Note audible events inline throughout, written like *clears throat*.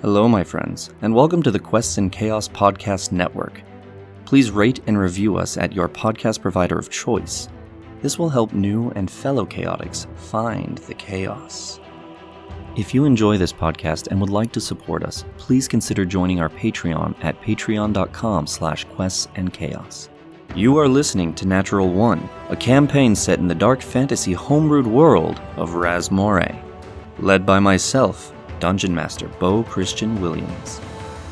Hello, my friends, and welcome to the Quests and Chaos Podcast Network. Please rate and review us at your podcast provider of choice. This will help new and fellow chaotics find the chaos. If you enjoy this podcast and would like to support us, please consider joining our Patreon at patreon.com slash quests and chaos. You are listening to Natural One, a campaign set in the dark fantasy homebrewed world of Razmore, led by myself, Dungeon Master Bo Christian Williams.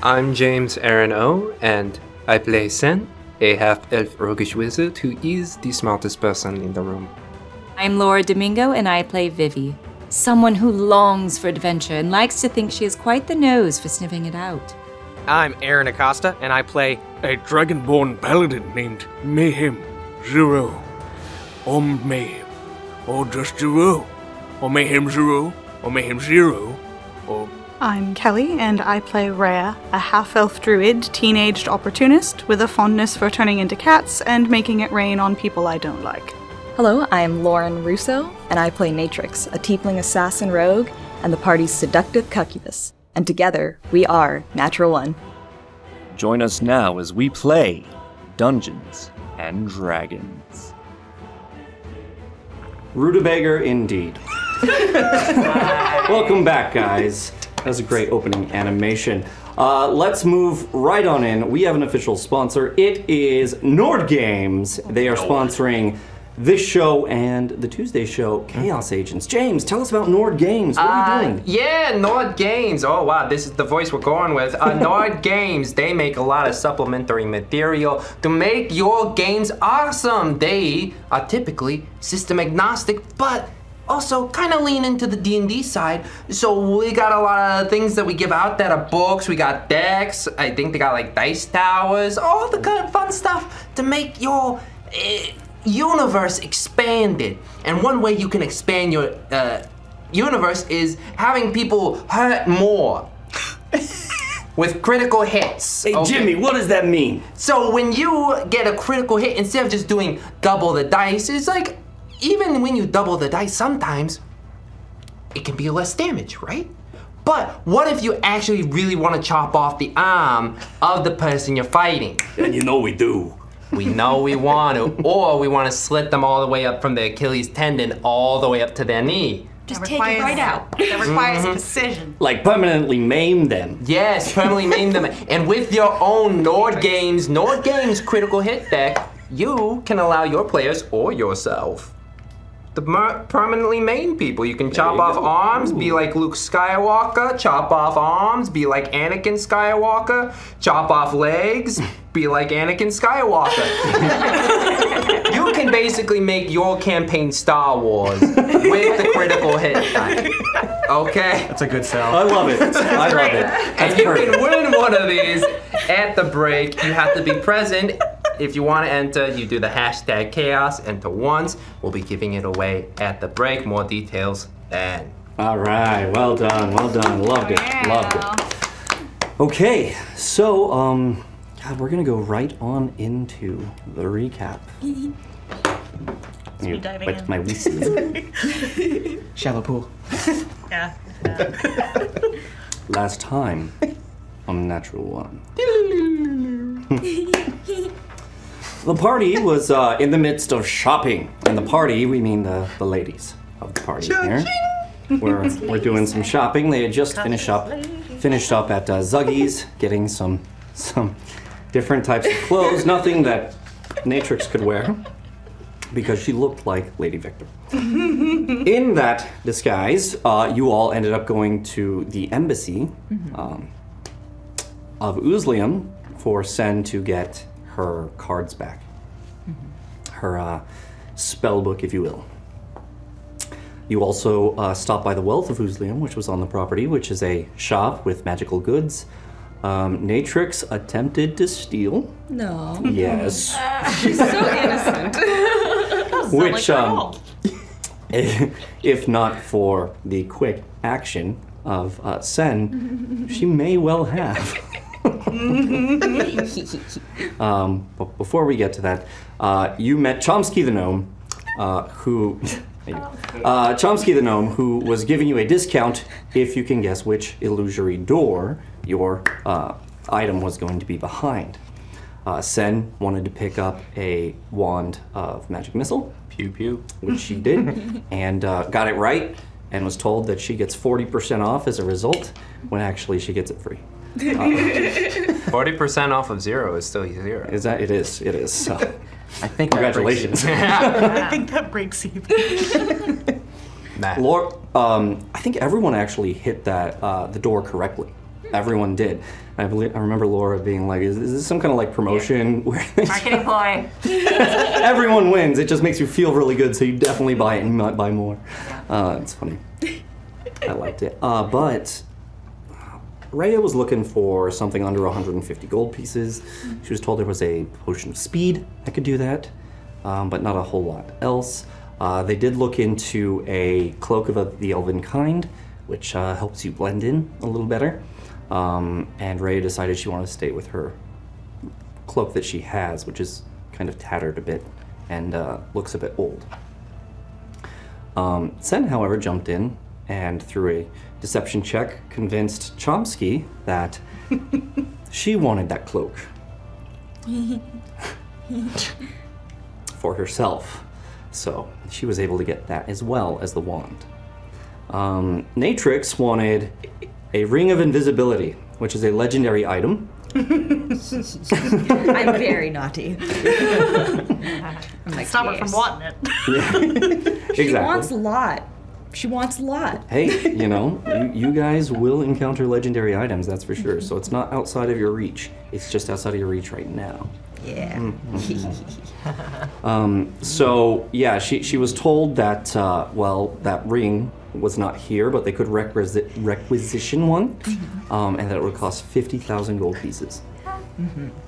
I'm James Aaron O, and I play Sen, a half elf roguish wizard who is the smartest person in the room. I'm Laura Domingo, and I play Vivi, someone who longs for adventure and likes to think she has quite the nose for sniffing it out. I'm Aaron Acosta, and I play. a dragonborn paladin named Mayhem Zero. Or Mayhem. Or just Zero. Or Mayhem Zero. Or Mayhem Zero. Or I'm Kelly, and I play Rhea, a half elf druid, teenaged opportunist with a fondness for turning into cats and making it rain on people I don't like. Hello, I am Lauren Russo, and I play Natrix, a tiefling assassin rogue, and the party's seductive cuckubus. And together, we are Natural One. Join us now as we play Dungeons and Dragons. Rutabager, indeed. Welcome back, guys. That was a great opening animation. Uh, let's move right on in. We have an official sponsor. It is Nord Games. They are sponsoring this show and the Tuesday show, Chaos Agents. James, tell us about Nord Games. What are you doing? Yeah, Nord Games. Oh wow, this is the voice we're going with. Uh, Nord Games. They make a lot of supplementary material to make your games awesome. They are typically system agnostic, but also kind of lean into the D&D side. So we got a lot of things that we give out that are books. We got decks. I think they got like dice towers. All the kind of fun stuff to make your eh, universe expanded. And one way you can expand your uh, universe is having people hurt *laughs* more with critical hits. Hey, okay? Jimmy, what does that mean? So when you get a critical hit, instead of just doing double the dice, it's like even when you double the dice, sometimes it can be less damage, right? But what if you actually really want to chop off the arm of the person you're fighting? And you know we do. We know we want *laughs* to, or we want to slit them all the way up from the Achilles tendon all the way up to their knee. Just take it right *laughs* out. That requires precision. Like permanently maim them. Yes, permanently maim them. And with your own Nord Games, Nord Games critical hit deck, you can allow your players or yourself to mer- permanently maim people. You can chop you off go. arms, be like Luke Skywalker, chop off arms, be like Anakin Skywalker, chop off *laughs* legs, be like Anakin Skywalker. you can basically make your campaign Star Wars with the critical hit. *laughs* die. Okay? That's a good I sell. love it. I love it. That's and you perfect. can win one of these at the break. You have to be present. If you want to enter, you do the hashtag chaos, enter once. We'll be giving it away at the break. More details then. All right, well done, well done. Loved it, loved it. Okay, so um, God, we're gonna go right on into the recap. You diving wet in. my whistle. *laughs* Shallow pool. Yeah. *laughs* Last time on Natural One. the party was uh, in the midst of shopping, and the party we mean the the ladies of the party here. We're, we're doing some shopping. They had just finished up, finished up at uh, Zuggy's, getting some some different types of clothes. Nothing that Natrix could wear because she looked like Lady Victor. In that disguise, uh, you all ended up going to the embassy um, of Uzlium for Sen to get her cards back, her uh, spell book, if you will. You also uh, stop by the Wealth of Uzlium, which was on the property, which is a shop with magical goods. Um, Natrix attempted to steal. No. Yes. *laughs* she's so innocent. Which, um, *laughs* if not for the quick action of *laughs* uh, Sen, she may well have. Um, but before we get to that, uh, you met Chomsky the gnome, uh, who *laughs* uh, Chomsky the gnome, who was giving you a discount if you can guess which illusory door your uh, item was going to be behind. Uh, Sen wanted to pick up a wand of magic missile, pew pew, which she *laughs* did, and uh, got it right, and was told that she gets 40% off as a result, when actually she gets it free. Forty percent off of zero is still zero. Is that it is? It is. So, I think congratulations. I think that breaks even. Lor- um, I think everyone actually hit that uh, the door correctly. Everyone did. I believe I remember Laura being like, "Is, is this some kind of like promotion *laughs* where Marketing point. *laughs* everyone wins? It just makes you feel really good, so you definitely buy it and not buy more." Uh, it's funny. I liked it. Uh, but Raya was looking for something under 150 gold pieces. She was told there was a potion of speed that could do that, um, but not a whole lot else. Uh, they did look into a cloak of the elven kind, which uh, helps you blend in a little better. Um, and Raya decided she wanted to stay with her cloak that she has, which is kind of tattered a bit and uh, looks a bit old. Um, Sen, however, jumped in and through a deception check convinced Chomsky that *laughs* she wanted that cloak for herself. So she was able to get that as well as the wand. Um, Natrix wanted a ring of invisibility, which is a legendary item. I'm very naughty. Stop her from wanting it. She Exactly. wants a lot. She wants a lot. hey, *laughs* you know, you, you guys will encounter legendary items, that's for sure. So it's not outside of your reach. It's just outside of your reach right now. Yeah. *laughs* Um, so yeah, she she was told that uh, well that ring was not here, but they could requisi- requisition one, Mm-hmm. um, and that it would cost fifty thousand gold pieces.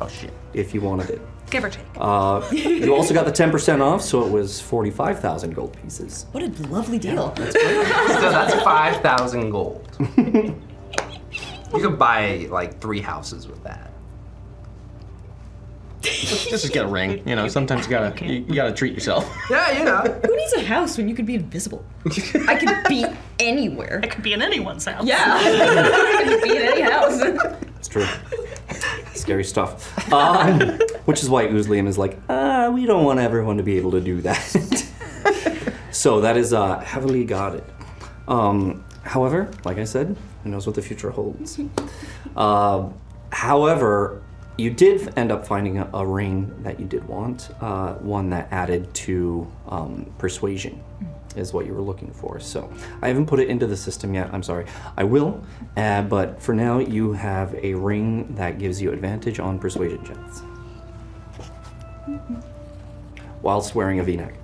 Oh shit! If you wanted it. Mm-hmm. Give or take. Uh, you also got the ten percent off, so it was forty-five thousand gold pieces. What a lovely deal. So that's 5,000 gold. you could buy like three houses with that. Just to get a ring. You know, sometimes you gotta you, you gotta treat yourself. Yeah, you know. Who needs a house when you can be invisible? I can be anywhere. I could be in anyone's house. Yeah. *laughs* I could be in any house. It's true. Scary stuff. Um, which is why Uzliam is like, ah, we don't want everyone to be able to do that. *laughs* so that is uh, heavily guarded. Um, however, like I said, who knows what the future holds. Uh, however, you did end up finding a, a ring that you did want, uh, one that added to um, persuasion, is what you were looking for. So I haven't put it into the system yet. I'm sorry. I will, uh, but for now you have a ring that gives you advantage on persuasion checks whilst wearing *laughs* a V-neck.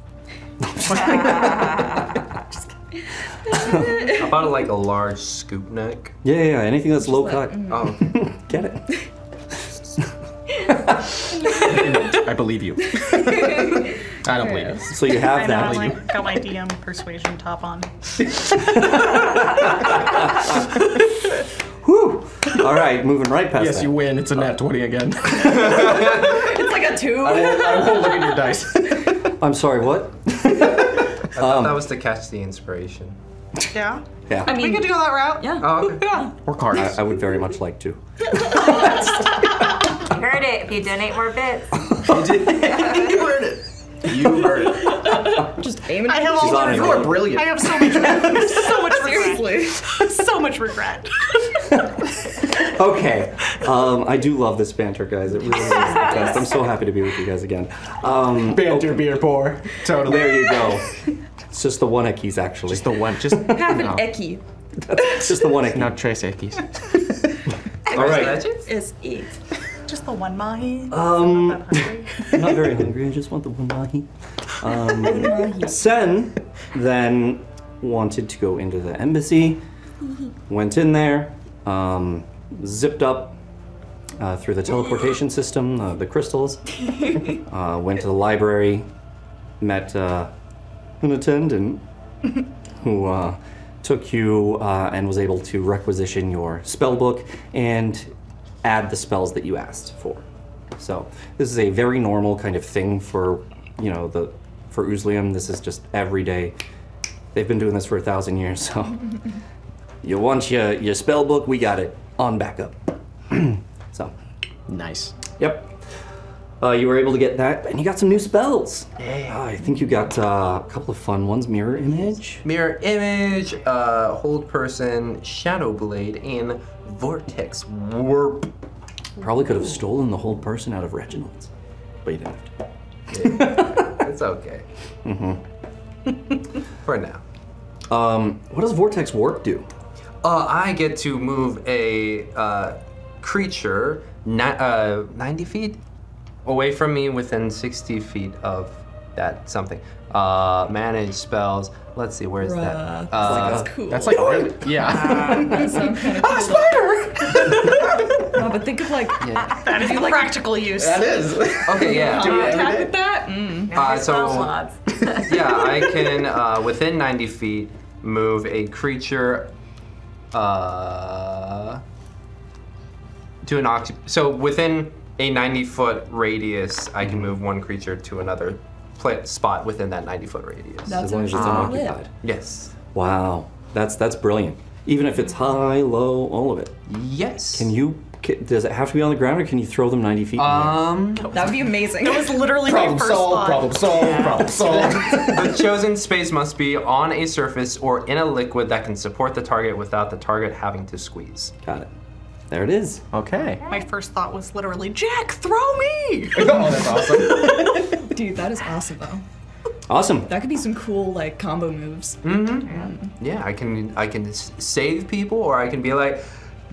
How about like a large scoop neck? Yeah, yeah, yeah, anything that's low cut. Oh. *laughs* Get it. I believe you. I don't believe you. So you have I know, that. I'm like, *laughs* got my DM persuasion top on. All right, moving right past Yes, that. you win. It's a nat 20 *laughs* again. It's like a two. I won't, I won't look at your dice. I'm sorry, what? I thought that was to catch the inspiration. Yeah. Yeah. we mean, could go that route. Yeah. Oh, okay. Or cards. I, I would very much like to. You heard it. If you donate more bits. you heard it. You heard it. Just aim it. I have She's all on the it. You regret. are brilliant. I have so *laughs* much regret. so much regret. *laughs* so much regret. Okay. Um, I do love this banter, guys. It *laughs* really is the best. I'm so happy to be with you guys again. Um, banter, beer, pour. Totally. There you go. *laughs* It's just the one eckies, actually. Just the one. Just Have an eki. Just the one eckie. Not trace eckies. *laughs* All right. Is it. Just the one mahi. Um, I'm *laughs* not *laughs* very hungry. I just want the one mahi. Um, Sen then wanted to go into the embassy, went in there, um, zipped up uh, through the teleportation system, uh, the *laughs* crystals, uh, went to the library, met uh, an attendant who uh, took you uh, and was able to requisition your spell book and add the spells that you asked for. So this is a very normal kind of thing for you know the for Uzlium. This is just everyday. They've been doing this for a thousand years, so *laughs* you want your your spell book, we got it on backup. *clears throat* so nice. Yep. Uh, you were able to get that, and you got some new spells. Uh, I think you got uh, a couple of fun ones: mirror image. Mirror image, uh, hold person, shadow blade, and vortex warp. Probably could have stolen the whole person out of Reginald's, but you didn't have to. It's okay Mm-hmm. *laughs* for now. Um, what does vortex warp do? Uh, I get to move a uh, creature ni- uh, 90 feet away from me within 60 feet of that something. Uh, manage spells. Let's see, where's Bruh, that? Uh, that's cool. That's like really, yeah. I'm a spider! no, but think of like. That is like, practical use. That is. Okay, yeah. Do Do you we Uh, attack everyday? with that? Mm. Uh, so *laughs* yeah, I can uh, within 90 feet move a creature uh, to an oct. So within a 90 foot radius, I can move one creature to another pla spot within that 90 foot radius. That's As long as it's Ah. actually unoccupied. lit. Yes. Wow, that's that's brilliant. Even if it's high, low, all of it. Yes. Can you? ca- Does it have to be on the ground, or can you throw them 90 feet? Uh. Um, That would be amazing. That was literally Problem solved, problem solved, problem solved. the chosen space must be on a surface or in a liquid that can support the target without the target having to squeeze. Got it. There it is. Uh, Okay. My first thought was literally, Jack, throw me! Dude, that is awesome though. Awesome. That could be some cool like combo moves. Mm-hmm. Yeah, I can I can s- save people, or I can be like,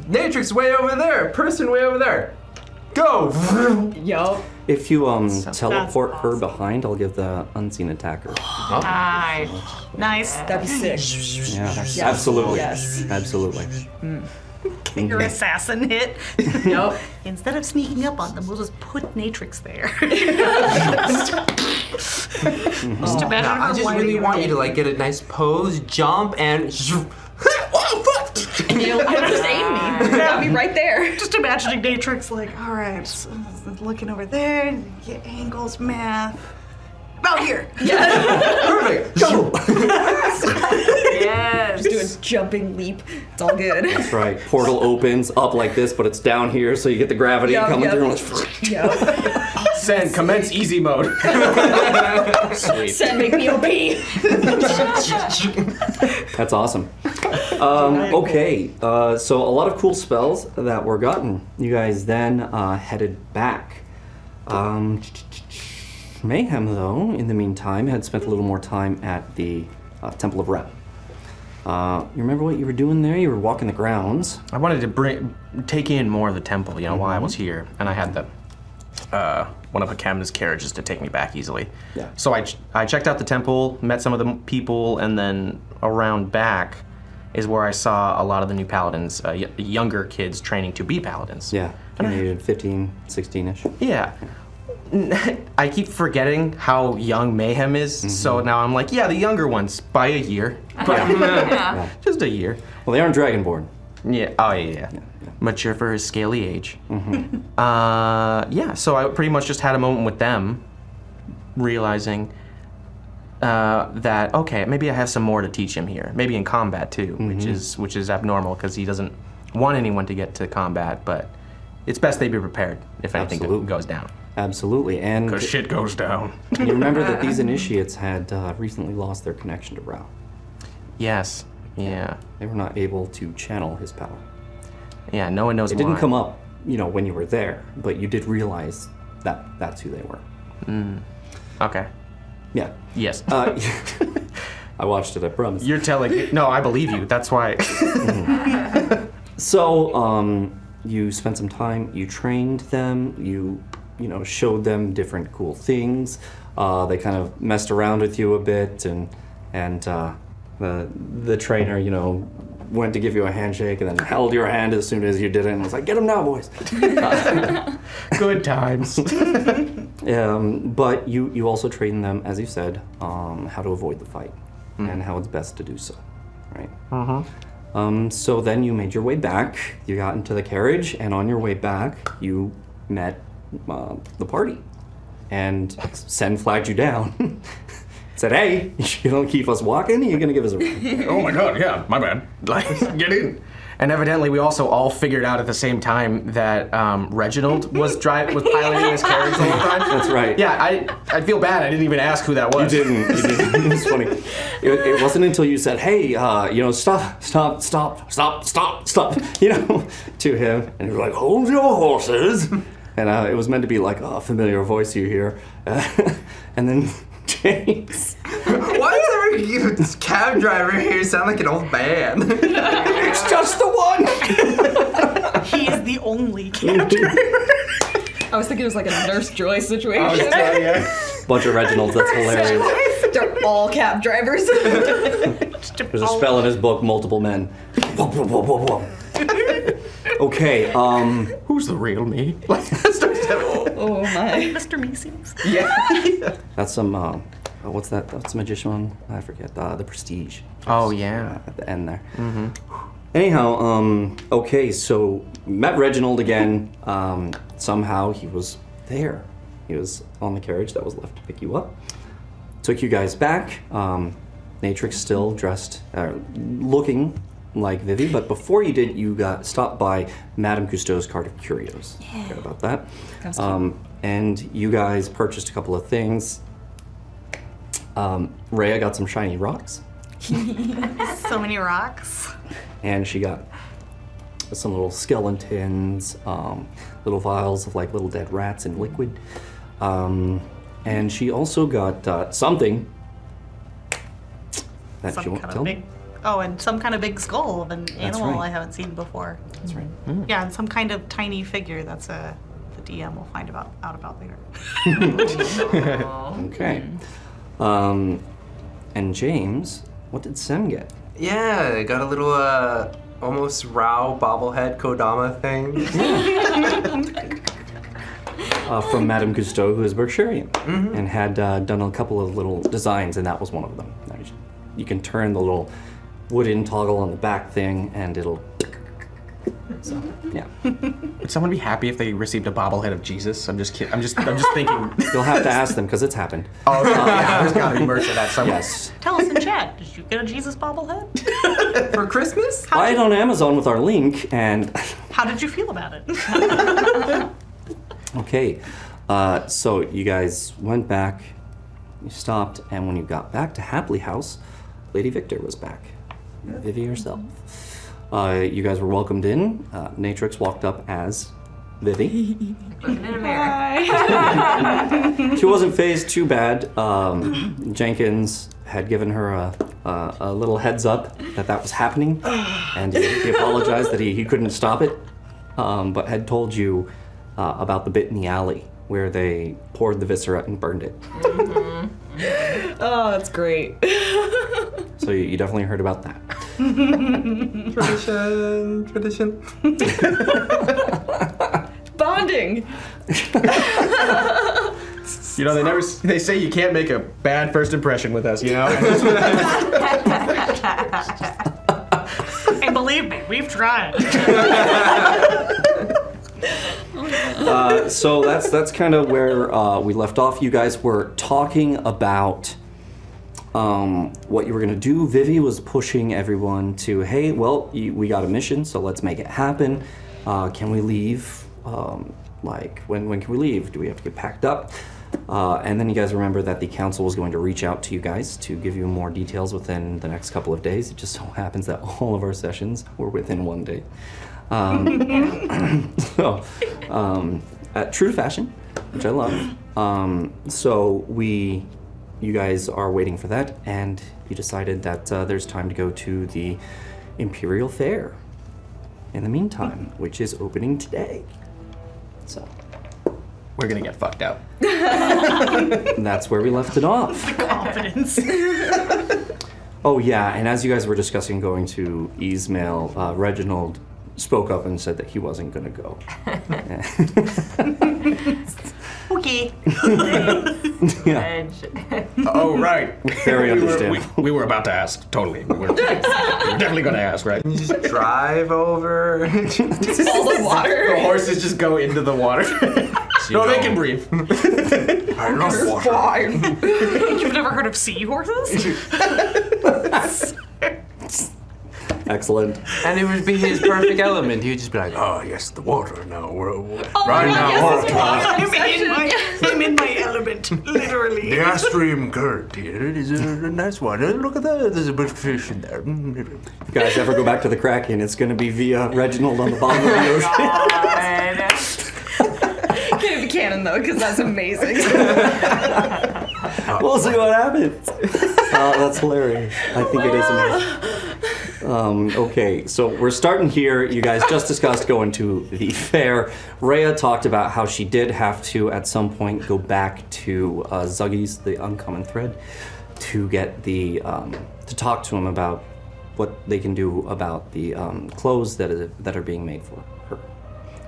Natrix way over there, person way over there, go. Yo. If you um Sounds- teleport her behind, I'll give the unseen attacker. Nice. Nice. *laughs* That'd be sick. Yeah, Yes. absolutely. Yes. Absolutely. Get your assassin *laughs* hit. Nope. Instead of sneaking up on them, we'll just put Natrix there. *laughs* Just Nah, imagine I her just winding really want you to around. like get a nice pose, jump, and *laughs* Oh, And you'll you'll just aim me. That'd be *laughs* right there. Just imagining Natrix like, All right, so looking over there, get angles, math. About here. perfect. Go. Yes. Just do a jumping leap. It's *laughs* all good. That's *laughs* right. Portal opens up like this, but it's down here, so you get the gravity Yup, coming yup. through. And it's Yo. Send, commence easy mode. Sweet. Send make me OP. That's awesome. Um, okay, uh, so a lot of cool spells that were gotten. You guys then uh, headed back. Um, Mayhem, though, in the meantime, had spent a little more time at the uh, Temple of Ra. Uh, you remember what you were doing there? You were walking the grounds. I wanted to bring, take in more of the temple, you know, while I was here, and I had the uh, one of Hakam's carriages to take me back easily. Yeah. So I, ch- I checked out the temple, met some of the m- people, and then around back is where I saw a lot of the new paladins, uh, y- younger kids training to be paladins. Yeah, and you did 15, 16 ish. Yeah. *laughs* I keep forgetting how young Mayhem is, so now I'm like, yeah, the younger ones by a year, *laughs* *laughs* Yeah. just a year. Well, they aren't Dragonborn. Yeah. Oh yeah. yeah. Mature for his scaly age. *laughs* uh, yeah. So I pretty much just had a moment with them, realizing uh, that okay, maybe I have some more to teach him here. Maybe in combat too, which Mhm. is which is abnormal because he doesn't want anyone to get to combat, but it's best they be prepared if anything go- goes down. Absolutely, and Oh, Because shit goes down. you remember that these initiates had uh, recently lost their connection to Ra. Yes. Yeah. They were not able to channel his power. Yeah. No one knows. It didn't why. come up, you know, when you were there, but you did realize that that's who they were. Mm. Okay. Yeah. *laughs* Yes. Uh, I watched it. I promise. You're telling. No, I believe you. That's *laughs* why. So, um, you spent some time. You trained them. You, you know, showed them different cool things. Uh, they kind of messed around with you a bit, and and uh, the the trainer, you know, went to give you a handshake and then held your hand as soon as you did it and was like, "Get him now, boys." *laughs* Good times. *laughs* um, but you you also train them, as you said, um, how to avoid the fight Hmm. and how it's best to do so, right? Uh-huh. Um, so then you made your way back. You got into the carriage, and on your way back, you met uh, the party, and Sen flagged you down. *laughs* Said, "Hey, *laughs* you don't keep us walking. You're gonna give us a ride." Oh my God, yeah, my bad. Like, get in. And evidently, we also all figured out at the same time that um, Reginald was driving, was piloting his carriage the whole time. *laughs* That's right. Yeah, I, I feel bad. I didn't even ask who that was. You didn't. You didn't. *laughs* It's funny. It, it wasn't until you said, "Hey, uh, you know, stop, stop, stop, stop, stop, stop," *laughs* you know, to him, and he was like, "Hold your horses." *laughs* And uh, it was meant to be like a familiar voice you hear, *laughs* and then *laughs* James. *laughs* Why does every *laughs* you- cab driver here sound like an old man? *laughs* it's just the one. He is the *laughs* only I was thinking it was like a nurse joy situation. Bunch of *laughs* Reginalds. That's hilarious. *laughs* They're all cab drivers. *laughs* Oh, There's a spell in his book, multiple men. Whoa, whoa, whoa, whoa, whoa. Okay, um. Who's the real me? oh my. Mr. Macy's. Yeah. That's some, uh, oh, what's that? That's a magician one? I forget. Uh, the Prestige. Oh yeah. At the end there. Anyhow, um, okay, so met Reginald again. Um, somehow he was there. He was on the carriage that was left to pick you up. Took you guys back. Um, Natrix still dressed, uh, looking like Vivi, but before you did, you got stopped by Madame Cousteau's Cart of Curios. Forgot about that. That was cute. Um, and you guys purchased a couple of things. Um, Rhea got some shiny rocks. so many rocks. and she got some little skeletons, um, little vials of like little dead rats and liquid. Um, and she also got uh, something that Some she won't kind tell of big. me. Oh, and some kind of big skull of an animal right. I haven't seen before. That's right. Mm. Yeah, and some kind of tiny figure. That's a the DM will find about out about later. *laughs* okay. Um, and James, what did Sem get? Yeah, they got a little uh, almost Rao bobblehead Kodama thing. *laughs* Uh, from Madame Cousteau, who is Berkshirian, Mm-hmm. and had uh, done a couple of little designs, and that was one of them. Now you- You can turn the little wooden toggle on the back thing, and it'll *laughs* Yeah. Would someone be happy if they received a bobblehead of Jesus? I'm just kidding. I'm just. I'm just thinking. *laughs* You'll have to ask them because it's happened. Oh yeah, there's gotta be merch of that somewhere. Yes. Tell us in chat. Did you get a Jesus bobblehead? *laughs* For Christmas? Buy it on Amazon with our link, and *laughs* How did you feel about it? okay. Uh, so you guys went back, you stopped, and when you got back to Hapley House, Lady Victor was back. Vivi herself. Uh, you guys were welcomed in. Uh, Natrix walked up as Vivi. she wasn't phased too bad. Um, Jenkins had given her a, a, a little heads up that that was happening, and he, he apologized that he, he couldn't stop it, um, but had told you uh, about the bit in the alley where they poured the viscera and burned it. *laughs* oh, that's great. So you, you definitely heard about that. tradition, tradition. Bonding. You know, they never. s- They say you can't make a bad first impression with us. You know. *laughs* and believe me, we've tried. Uh, so that's that's kind of where uh, we left off. You guys were talking about um, what you were gonna do. Vivi was pushing everyone to, hey, well, you, we got a mission, so let's make it happen. Uh, can we leave? Um, like, when when can we leave? Do we have to get packed up? Uh, and then you guys remember that the council was going to reach out to you guys to give you more details within the next couple of days. It just so happens that *laughs* all of our sessions were within one day. Um, *clears throat* so, um, uh, true to fashion, which I love. Um, so we, you guys are waiting for that, and you decided that uh, there's time to go to the Imperial Fair. In the meantime, which is opening today, so we're gonna get fucked *laughs* up. that's where we left it off. Confidence. *laughs* Oh yeah, and as you guys were discussing going to Ismail, uh, Reginald spoke up and said that he wasn't going to go. Okay. Yeah. Oh, right. *laughs* Very We were- understandable. We, we were about to ask, totally. We were definitely going to ask, right? You just drive over. All the water. The horses just go into the water. no, they can breathe. I love Fine. *laughs* You've never heard of seahorses? Excellent. And it would be his perfect element. He would just be like, oh, yes, the water. No, we're, we're Oh, Oh, right now. we're- I'm in, my, I'm in my element, literally. The Astrium current here is a, a nice one. Uh, Look at that. There's a bit of fish in there. Mm. If you guys ever go back to the Kraken, it's going to be via Reginald on the bottom of the ocean. Get it to canon though, because *laughs* that's amazing. we'll see what *laughs* happens. Uh, that's hilarious. I think it is amazing. Um, okay, so we're starting here. You guys just discussed going to the fair. Rhea talked about how she did have to, at some point, go back to uh, Zuggies, the Uncommon Thread, to get the um, to talk to him about what they can do about the um, clothes that is, that are being made for her.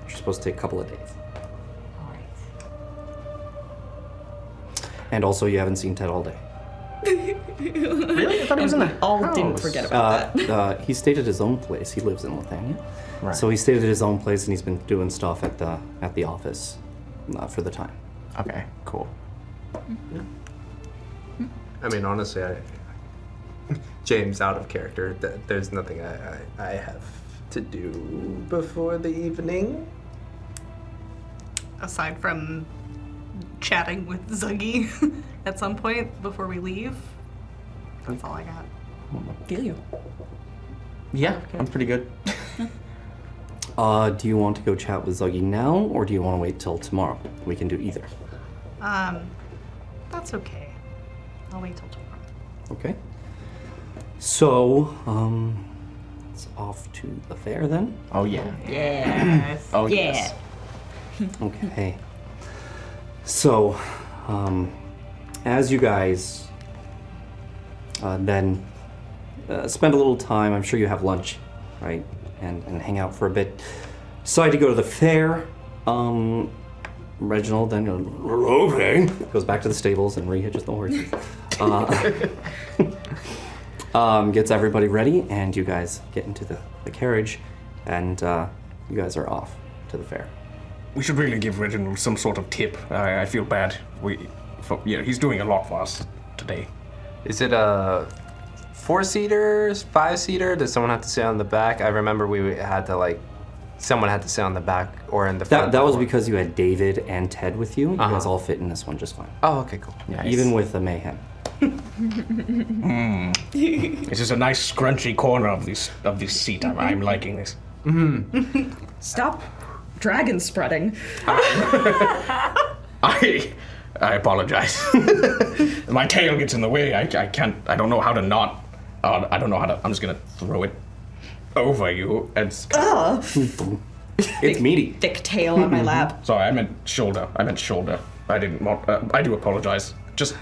She's supposed to take a couple of days. And also, you haven't seen Ted all day. really? I thought he was in the All didn't house. forget about Uh, uh, he stayed at his own place. He lives in Lithania, Right. so he stayed at his own place, and he's been doing stuff at the at the office uh, for the time. Okay, cool. I mean, honestly, I, James, out of character, th- there's nothing I, I, I have to do before the evening. Aside from chatting with Zuggy *laughs* at some point before we leave, that's all I got. Feel you. Yeah, I'm pretty good. *laughs* Uh, do you want to go chat with Zuggy now, or do you want to wait till tomorrow? We can do either. Um, that's okay. I'll wait till tomorrow. Okay. So, um, it's off to the fair then. Oh yeah. Yes. Oh, yeah. yes. Okay. So, um, as you guys uh, then uh, spend a little time, I'm sure you have lunch, right? And, and hang out for a bit. Decide to go to the fair. Um, Reginald then goes, okay. Goes back to the stables and rehitches the horses. Uh, um, gets everybody ready, and you guys get into the, the carriage, and uh, you guys are off to the fair. We should really give Reginald some sort of tip. I, I feel bad. We, for, yeah, he's doing a lot for us today. Is it a four seater, five seater? Does someone have to sit on the back? I remember we had to, like, someone had to sit on the back or in the front. That, that was because you had David and Ted with you. You guys all fit in this one just fine. Oh, okay, cool. Yeah, Even with the mayhem. Mm. this is a nice scrunchy corner of this of this seat. I'm, I'm liking this. *laughs* Stop dragon spreading. I I apologize. *laughs* My tail gets in the way. I, I can't. I don't know how to not. Uh, I don't know how to. I'm just gonna throw it over you. It's Ugh. it's meaty. Thick tail on my lap. Sorry, I meant shoulder. I meant shoulder. I didn't want. Uh, I do apologize. Just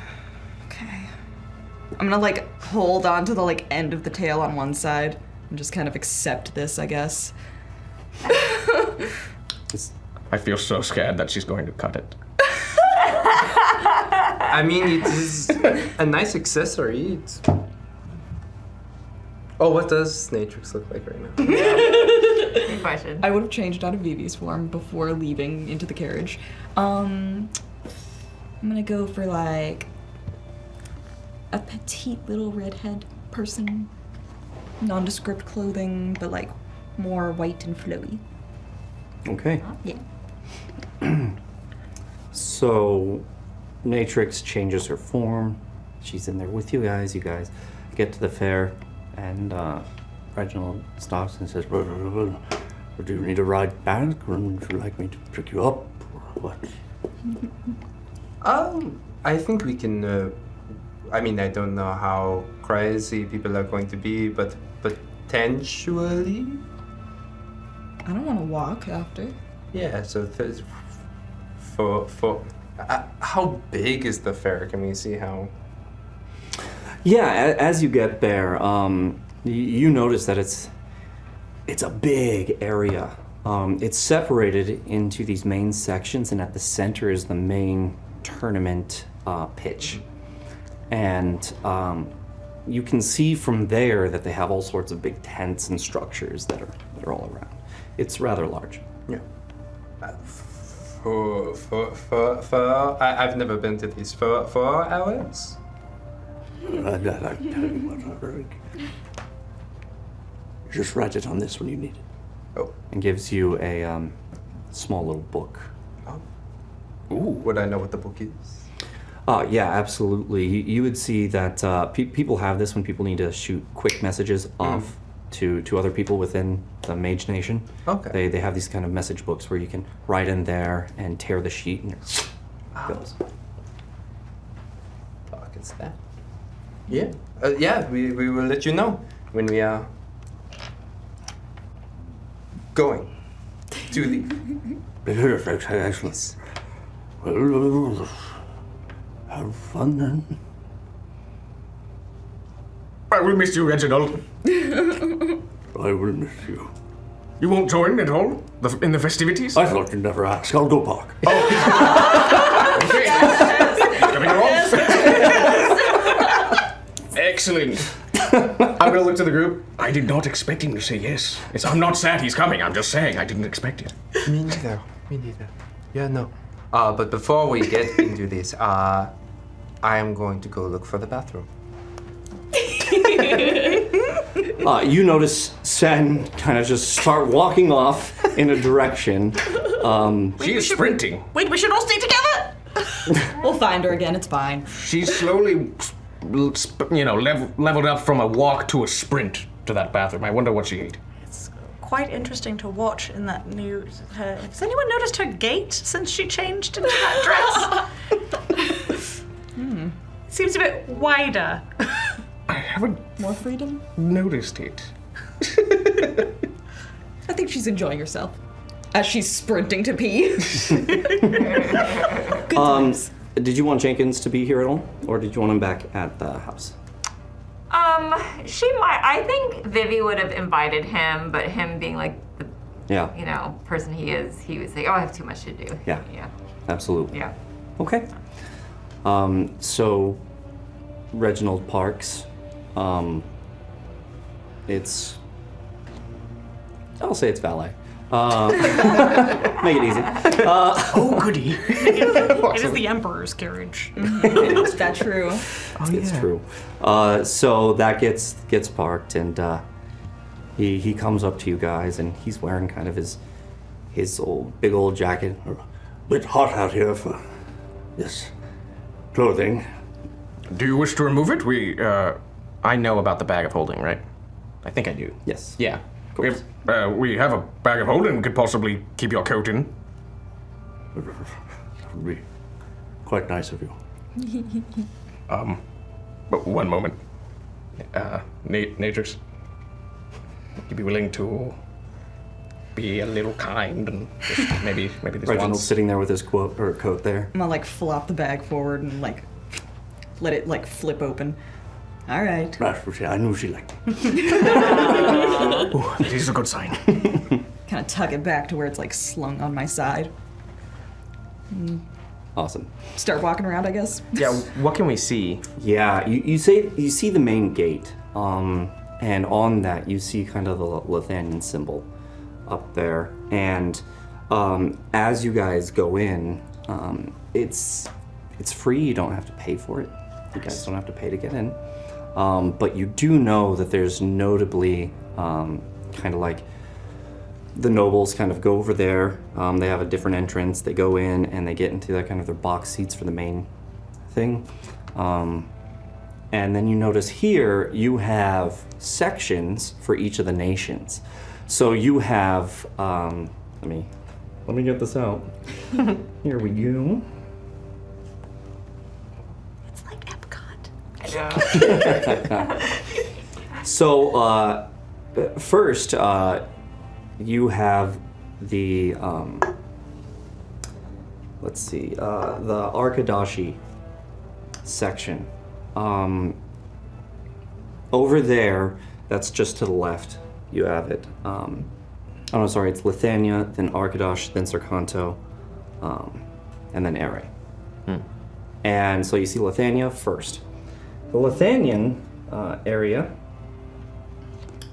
I'm gonna like hold on to the like end of the tail on one side and just kind of accept this, I guess. I feel so scared that she's going to cut it. I mean, it is a nice accessory. It's... Oh, what does Snatrix look like right now? Good question. I would have changed out of Vivi's form before leaving into the carriage. Um, I'm gonna go for like a petite little redhead person, nondescript clothing, but like more white and flowy. Okay. Yeah. So, Matrix changes her form. She's in there with you guys. You guys get to the fair, and uh, Reginald stops and says, "Brr, brr, brr. "Do you need a ride back, or would you like me to pick you up, or what?" Um, I think we can. Uh, I mean, I don't know how crazy people are going to be, but potentially, I don't want to walk after. yeah. So th- for for uh, how big is the fair? Can we see how? Yeah, a- as you get there, um, y- you notice that it's it's a big area. Um, it's separated into these main sections, and at the center is the main tournament uh, pitch. And um, you can see from there that they have all sorts of big tents and structures that are that are all around. It's rather large. Yeah. For for for for I, I've never been to these for four hours. Just write it on this when you need it. Oh. And gives you a um, small little book. Ooh, would I know what the book is? Uh, yeah, absolutely. You, you would see that uh, pe- people have this when people need to shoot quick messages Mm. off to, to other people within the Mage Nation. Okay. They, they have these kind of message books where you can write in there and tear the sheet and it goes. Ah. Fuck is that? Yeah. Uh, yeah, we, we will let you know when we are going to leave. Perfect, excellent. Well, have fun then. I will miss you, Reginald. *laughs* I will miss you. You won't join at all the, in the festivities? I thought you'd never ask. I'll go park. *laughs* Excellent. I'm gonna look to the group. I did not expect him to say yes. It's, I'm not sad he's coming. I'm just saying I didn't expect it. Me neither. Me neither. Yeah, no. Uh, but before we *laughs* get into this, uh, I am going to go look for the bathroom. Uh, you notice Sen kind of just start walking off in a *laughs* direction. Um, she is sprinting. Wait, we should all stay together? *laughs* we'll find her again, it's fine. She's slowly, l- sp- you know, lev- leveled up from a walk to a sprint to that bathroom. I wonder what she ate. Quite interesting to watch in that new. Her, has anyone noticed her gait since she changed into that dress? hmm. Seems a bit wider. I haven't More freedom? noticed it. I think she's enjoying herself. As she's sprinting to *laughs* pee. um, did you want Jenkins to be here at all, or did you want him back at the house? Um, *laughs* she might. I think Vivi would have invited him, but him being like the, Yeah. you know, person he is, he was like, oh, I have too much to do. Yeah. Yeah. Absolutely. Yeah. Okay. Um, so, Reginald Parks. Um, it's. I'll say it's valet. Uh, *laughs* make it easy. Uh, oh, goody. it is the Emperor's carriage. Mm-hmm. Is that true? it's true. Uh, so that gets gets parked, and uh, he he comes up to you guys, and he's wearing kind of his his old big old jacket. Bit hot out here for this clothing. Do you wish to remove it? We, uh, I know about the bag of holding, right? I think I do. Yes. Yeah. If, uh, we have a bag of holding. We could possibly keep your coat in. That would be quite nice of you. Um, but one moment. Uh, Na- Natrix, would you be willing to be a little kind and just maybe maybe this Reginald's once? sitting there with his quote or coat there. I'm gonna like flop the bag forward and like let it like flip open. All right. I knew she liked Ooh, this is a good sign. Kind of tug it back to where it's like slung on my side. Mm, Awesome. Start walking around, I guess. Yeah, what can we see? Yeah, you, you say you see the main gate, um, and on that you see kind of the Lithanian symbol up there. And um, as you guys go in, um, it's it's free. You don't have to pay for it. You guys don't have to pay to get in. Um, but you do know that there's notably um, kind of like the nobles kind of go over there. Um, they have a different entrance. They go in and they get into their kind of their box seats for the main thing. Um, and then you notice here you have sections for each of the nations. So you have um, let me let me get this out. here we go. so uh, first, uh, you have the um, let's see, uh, the Arkadashi section. Um, over there, that's just to the left, you have it. Um, oh, no, sorry, it's Lithania, then Arkadosh, then Serkanto, um, and then Ere. And so you see Lithania first. The Lithanian uh, area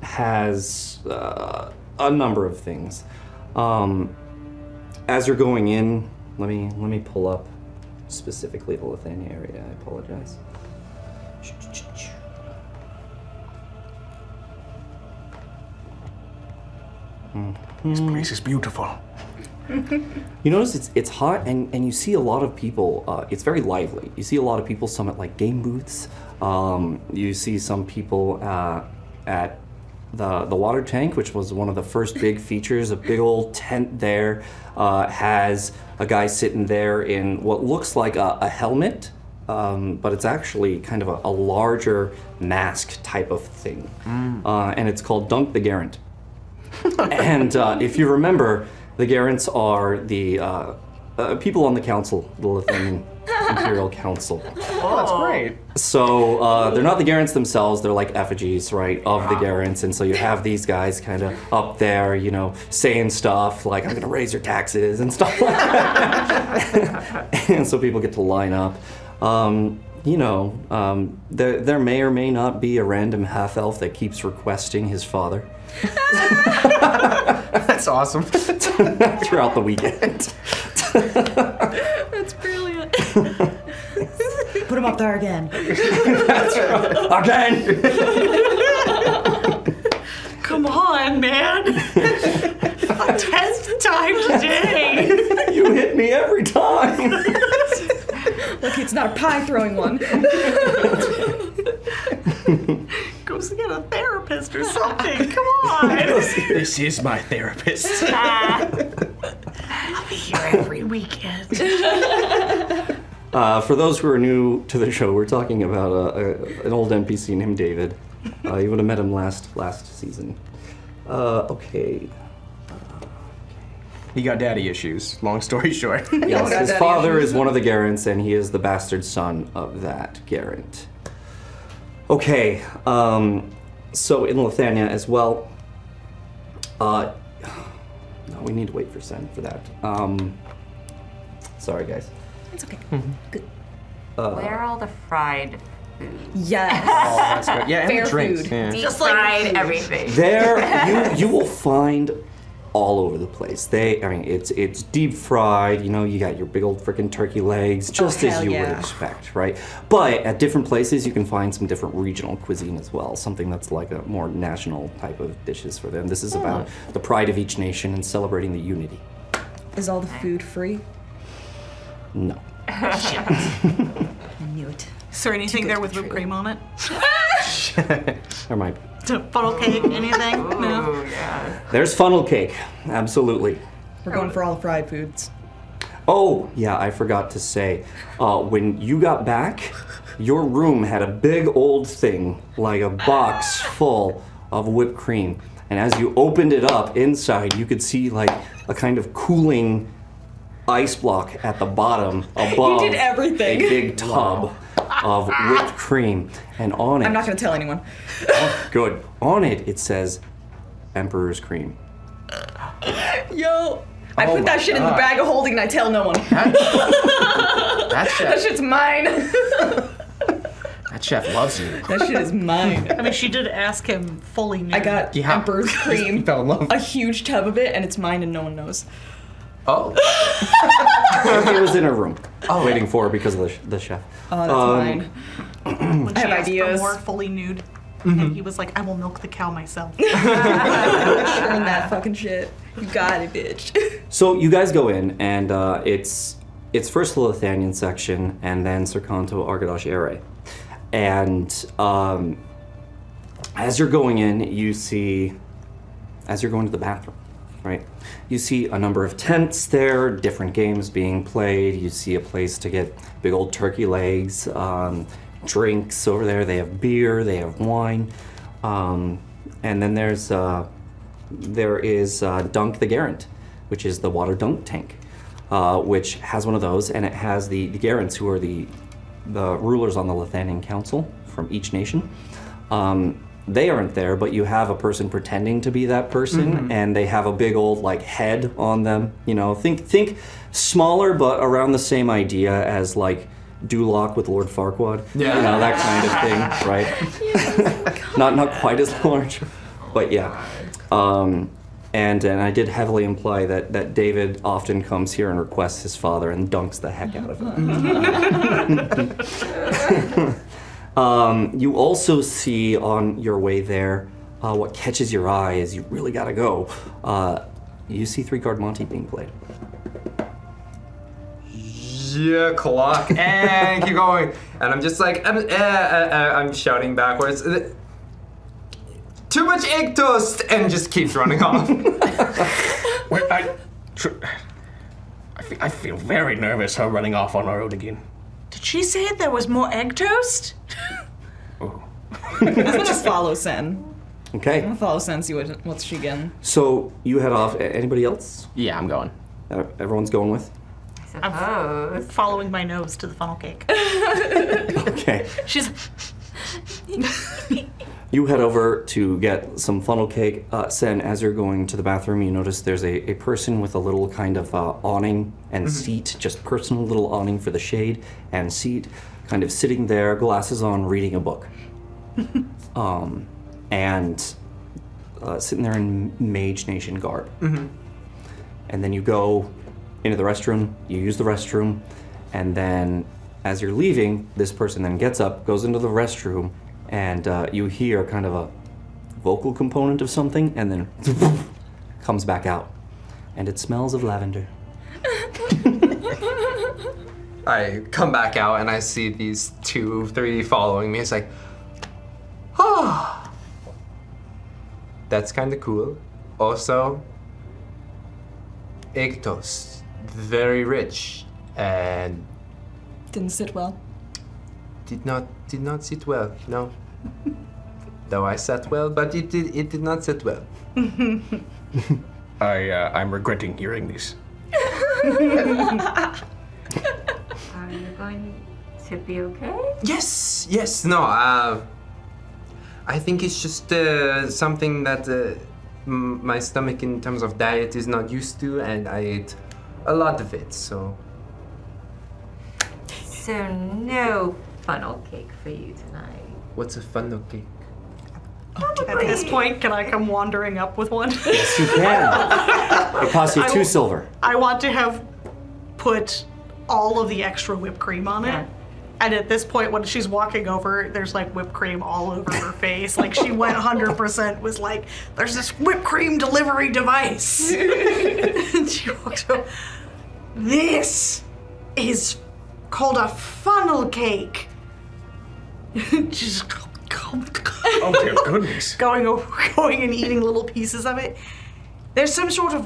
has uh, a number of things. Um, as you're going in, let me let me pull up specifically the Lithania area. I apologize. This place is beautiful. You notice it's it's hot and, and you see a lot of people. Uh, it's very lively. You see a lot of people. Some at like game booths. Um, you see some people uh, at the the water tank, which was one of the first big features. A big old tent there uh, has a guy sitting there in what looks like a, a helmet, um, but it's actually kind of a, a larger mask type of thing, uh, and it's called Dunk the Garant and uh, if you remember, the Garants are the uh, uh, people on the council, the Lithuanian Imperial Council. Oh, that's great. So uh, they're not the Garants themselves; they're like effigies, right, of the Garants. And so you have these guys kind of up there, you know, saying stuff like "I'm going to raise your taxes" and stuff like that. *laughs* and so people get to line up. Um, you know, um, there there may or may not be a random half elf that keeps requesting *laughs* his father. That's awesome. Throughout the weekend. That's brilliant. Put him up there again. Again! *laughs* Come on, man. Test time today. you hit me every time. *laughs* Look, it's not a pie throwing one. Go get a therapist or something. Come *laughs* on. *laughs* this is my therapist. I'll be here *laughs* every weekend. Uh, for those who are new to the show, we're talking about uh, a, an old NPC named David. Uh, you would have met him last last season. Uh, okay. He got daddy issues. Long story *laughs* short. Yes, his father is one of the Garants, and he is the bastard son of that Garant. Okay, um, so in Lithania as well. Uh, *sighs* no, we need to wait for Sen for that. Um, *laughs* sorry, guys. It's okay. Uh, Where are all the fried food? Yes. Oh, that's good. Yeah, and the Fair drinks, food. yeah. Deep Just like fried food. *laughs* everything. There, you you will find all over the place. They, I mean, it's it's deep fried. You know, you got your big old freaking turkey legs, just as Oh, hell you would yeah. expect, right? But at different places, you can find some different regional cuisine as well. Something that's like a more national type of dishes for them. This is Hmm. about the pride of each nation and celebrating the unity. Is all the food free? No. I knew it. Is there anything there with whipped cream on it? *laughs* There might be. Funnel cake? Anything? No. There's funnel cake, absolutely. We're going for all the fried foods. Oh, yeah, I forgot to say. Uh, when you got back, your room had a big old thing, like a box full of whipped cream. And as you opened it up inside, you could see like a kind of cooling ice block at the bottom above did everything. a big tub of whipped cream. And on it, I'm not going to tell anyone. good, on it, it says Emperor's Cream. Yo, I Oh put that my shit in the God. bag of holding and I tell no one. *laughs* That that chef, shit's *laughs* mine. that chef loves you. that shit is mine. *laughs* I mean, she did ask him fully nude. I got Yeah. Emperor's cream, fell in love. a huge tub of it, and it's mine and no one knows. Oh. it was in *laughs* her room, waiting for her because of the, sh- the chef. Oh, that's Um, mine. When I she have asked ideas. for more fully nude, and he was like, "I will milk the cow myself." Earn that fucking shit. You got it, bitch. *laughs* So you guys go in, and uh, it's it's first the Lithanian section, and then Serkanto Argadosh Ere. And um, as you're going in, you see, as you're going to the bathroom, right? You see a number of tents there, different games being played. You see a place to get big old turkey legs, um, drinks over there. They have beer, they have wine, um, and then there's uh, there is uh, Dunk the Garant, which is the water dunk tank, uh, which has one of those, and it has the, the Garants, who are the the rulers on the Lithanian Council from each nation. Um, they aren't there, but you have a person pretending to be that person, Mhm. and they have a big old like head on them. You know, think think smaller, but around the same idea as like Duloc with Lord Farquaad. Yeah. you know that kind of thing, right? *laughs* not not quite as large, but yeah. Um, and and I did heavily imply that that David often comes here and requests his father and dunks the heck out of him. *laughs* Um, you also see on your way there uh, what catches your eye is you really gotta go. Uh, you see three card Monty being played. yeah, clock, and keep going. And I'm just like, I'm, eh, eh, eh, I'm shouting backwards. Too much egg toast, and just keeps running *laughs* off. Wait, I, tr- I, fe- I feel very nervous her running off on her own again. Did she say there was more egg toast? I'm gonna follow Sen. I'm Okay. gonna follow Sen, see what, what's she getting. So you head off. A- Anybody else? Yeah, I'm going. everyone's going with. I'm following my nose to the funnel cake. Okay. She's. You head over to get some funnel cake. Uh, Sen, as you're going to the bathroom, you notice there's a, a person with a little kind of uh, awning and Mhm. Mm-hmm. seat, just personal little awning for the shade and seat, kind of sitting there, glasses on, reading *laughs* a book. um, and uh, sitting there in Mage Nation garb. Mhm. And then you go into the restroom, you use the restroom, and then as you're leaving, this person then gets up, goes into the restroom, and uh, you hear kind of a vocal component of something, and then *laughs* comes back out. And it smells of lavender. I come back out, and I see these two, three following me. It's like, oh, that's kind of cool. Also, egg toast, very rich, and Didn't sit well. did not did not sit well. No. *laughs* Though I sat well, but it did it did not sit well. I, uh, I'm regretting hearing this. Are you going to be okay? Yes, yes, no. Uh, I think it's just uh, something that uh, m- my stomach, in terms of diet, is not used to, and I ate a lot of it. So So no funnel cake for you tonight. what's a funnel cake? At this point, can I come wandering up with one? Yes, you can. *laughs* It costs you I two will- silver. I want to have put all of the extra whipped cream on it. And at this point, when she's walking over, there's like whipped cream all over her face. Like she went 100% was like, there's this whipped cream delivery device. and she walks over. This is called a funnel cake. *laughs* Just Oh dear goodness. *laughs* going over, going and eating little pieces of it. There's some sort of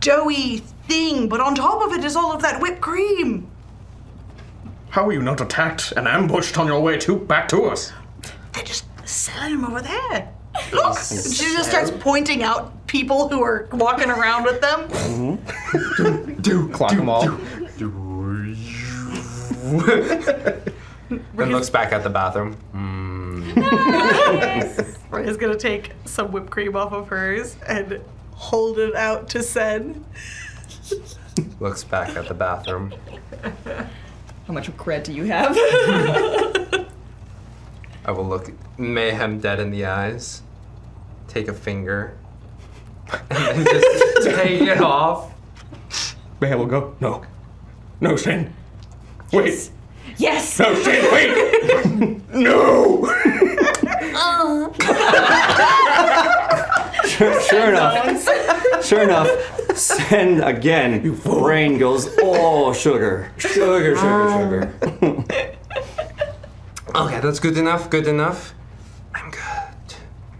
doughy thing, but on top of it is all of that whipped cream. How were you not attacked and ambushed on your way to back to us? They're just selling them over there. Look, Yes. she just starts pointing out people who are walking around with them. Do clock them all. and looks back at the bathroom. Raya's gonna take some whipped cream off of hers and hold it out to Sen. Looks back at the bathroom. How much regret do *laughs* you have? I will look mayhem dead in the eyes, take a finger, *laughs* and then just take it off. Mayhem will go, no. No, Shin. Wait. *laughs* Yes! No, Shin, wait! *laughs* no! Oh. sure, sure enough. Sure enough. Sen again. Brain goes, oh, sugar. Sugar, sugar, sugar. Ah. Okay, that's good enough, good enough. I'm good.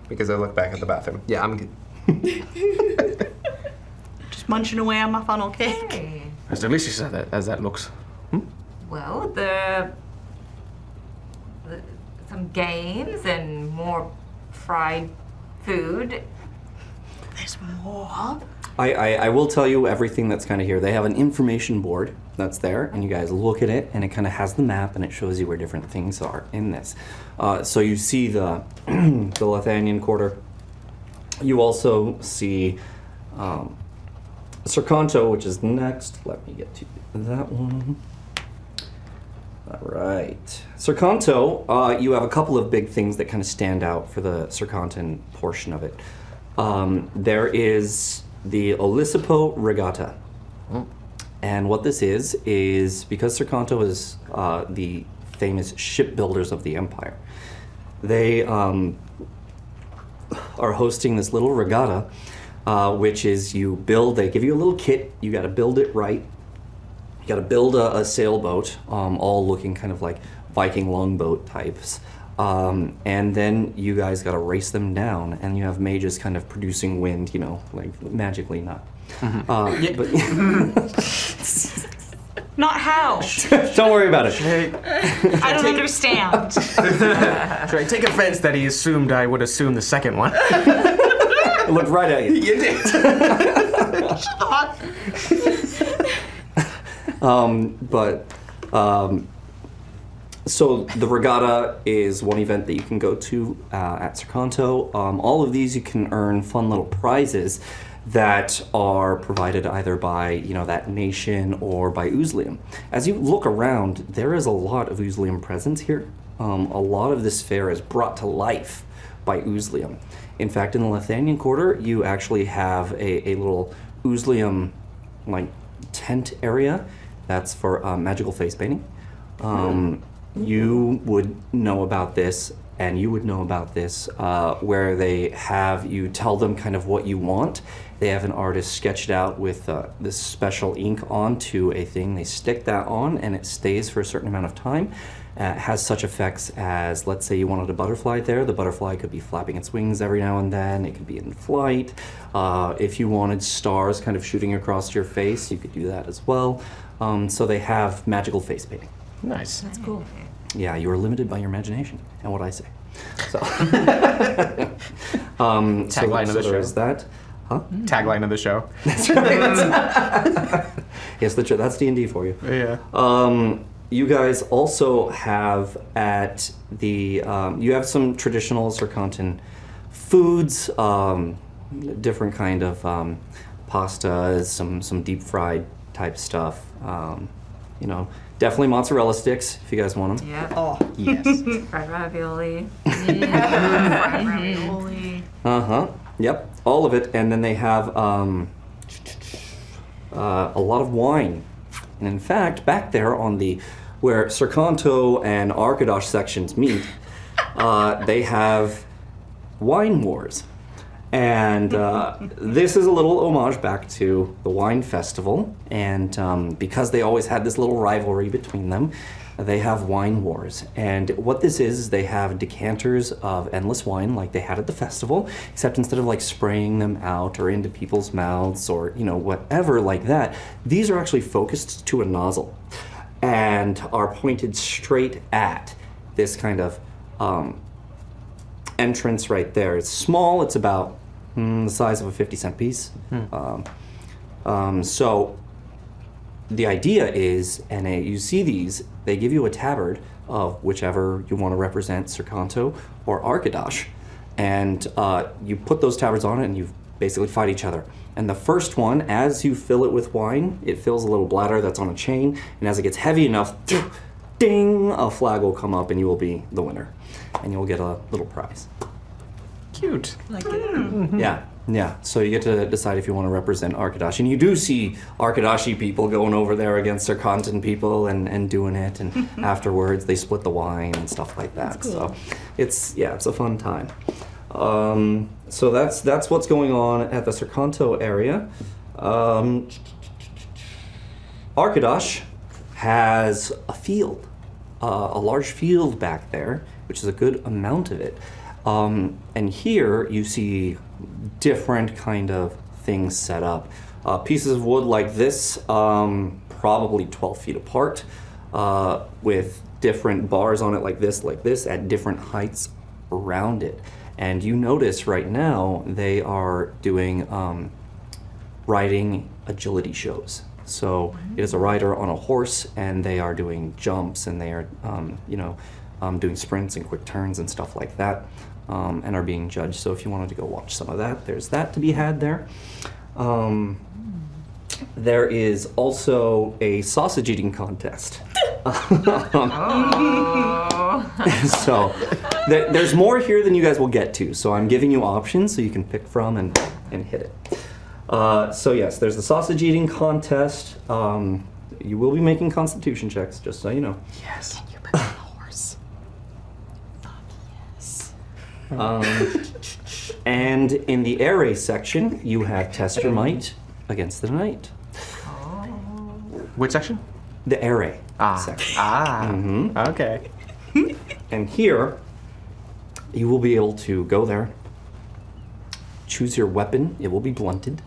Because I look back at the bathroom. Yeah, I'm good. Just munching away on my funnel cake. As delicious as that, as that looks. Well, the, the some games and more fried food. There's more. I, I, I will tell you everything that's kind of here. They have an information board that's there, and you guys look at it, and it kind of has the map, and it shows you where different things are in this. Uh, so you see the *clears throat* the Lethanian quarter. You also see um, Circonto, which is next. Let me get to that one. All right. Circonto, uh, you have a couple of big things that kind of stand out for the Circontan portion of it. Um, there is the Olisipo Regatta. And what this is, is because Circonto is uh, the famous shipbuilders of the empire, they um, are hosting this little regatta, uh, which is you build, they give you a little kit, you got to build it right, you got to build a, a sailboat, um, all looking kind of like Viking longboat types. Um, and then you guys got to race them down, and you have mages kind of producing wind, you know, like magically not. Uh, *laughs* Not how. but *laughs* don't worry about it. I don't understand. Should I take offense that he assumed I would assume the second *laughs* one? Look right at you. You *laughs* did. Um, but um, so the regatta is one event that you can go to uh, at Circonto. Um, all of these you can earn fun little prizes that are provided either by you know that nation or by Uzlium. As you look around, there is a lot of Uzlium presence here. Um, a lot of this fair is brought to life by Uzlium. In fact, in the Lethanian Quarter, you actually have a, a little Uzlium like tent area that's for uh, magical face painting. Um, You would know about this, and you would know about this, uh, where they have you tell them kind of what you want. They have an artist sketch it out with uh, this special ink onto a thing. They stick that on, and it stays for a certain amount of time. Uh, it has such effects as, let's say, you wanted a butterfly there. The butterfly could be flapping its wings every now and then. It could be in flight. Uh, if you wanted stars kind of shooting across your face, you could do that as well. Um, so they have magical face painting. Nice. That's cool. Yeah, you are limited by your imagination and what I say. *laughs* So, um, so- Tagline of so the there show. is that. Huh? Tagline of the show. Yes, the, tr- that's D and D for you. Yeah. Um, you guys also have at the um, you have some traditional Zircontin foods, um, different kind of um, pasta, some some deep fried type stuff. Um, you know, definitely mozzarella sticks if you guys want them. Yeah. Oh. Yes. Fried ravioli. Fried ravioli. Uh huh. Yep. All of it, and then they have um, uh, a lot of wine. And in fact, back there on the where Circonto and Arkadosh sections meet, *laughs* uh, they have wine wars. And uh, this is a little homage back to the wine festival. And um, because they always had this little rivalry between them, they have wine wars. And what this is, is they have decanters of endless wine like they had at the festival, except instead of like spraying them out or into people's mouths or, you know, whatever like that, these are actually focused to a nozzle and are pointed straight at this kind of um, entrance right there. It's small. It's about mm, the size of a fifty cent piece. Um, um, so the idea is, and uh, you see these, they give you a tabard of whichever you want to represent, Circanto or Arkadosh, and uh, you put those tabards on it, and you basically fight each other. And the first one, as you fill it with wine, it fills a little bladder that's on a chain, and as it gets heavy enough, ding, a flag will come up, and you will be the winner, and you will get a little prize. Cute. Like Yeah, Mm-hmm. yeah. So you get to decide if you want to represent Arkadash. And you do see Arkadashi people going over there against their content people and, and doing it. And *laughs* afterwards, they split the wine and stuff like that. That's cool. So it's, yeah, it's a fun time. Um, so that's that's what's going on at the Circonto area. Um, Arkadosh has a field, uh, a large field back there, which is a good amount of it. Um, and here you see different kind of things set up. Uh, pieces of wood like this, um, probably 12 feet apart, uh, with different bars on it like this, like this, at different heights around it. And you notice right now they are doing um, riding agility shows. So it is a rider on a horse, and they are doing jumps, and they are, um, you know, um, doing sprints and quick turns and stuff like that, um, and are being judged. So if you wanted to go watch some of that, there's that to be had there. Um, there is also a sausage eating contest. *laughs* so there, there's more here than you guys will get to. So I'm giving you options so you can pick from and and hit it. Uh, so yes, there's the sausage eating contest. Um, you will be making Constitution checks, just so you know. Yes. Can you put on a horse? Fuck yes. Um, and in the air race section, you have test your might against the knight. Which Oh. section? The array. Ah. Section. Ah. Mhm. Okay. And here, you will be able to go there, choose your weapon, it will be blunted.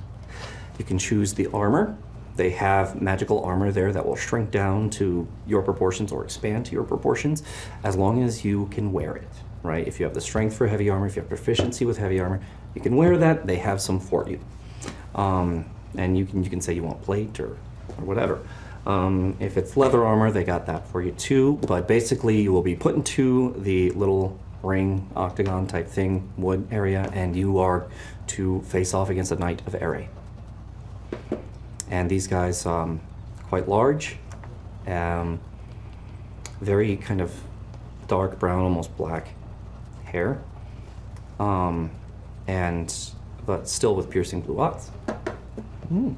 You can choose the armor. They have magical armor there that will shrink down to your proportions or expand to your proportions as long as you can wear it, right? If you have the strength for heavy armor, if you have proficiency with heavy armor, you can wear that. They have some for you. Um, and you can, you can say you want plate or, or whatever. Um, if it's leather armor, they got that for you too. But basically, you will be put into the little ring, octagon type thing, wood area, and you are to face off against a knight of Ere. And these guys, um, quite large, um, very kind of dark brown, almost black hair, um, and but still with piercing blue eyes. Hmm.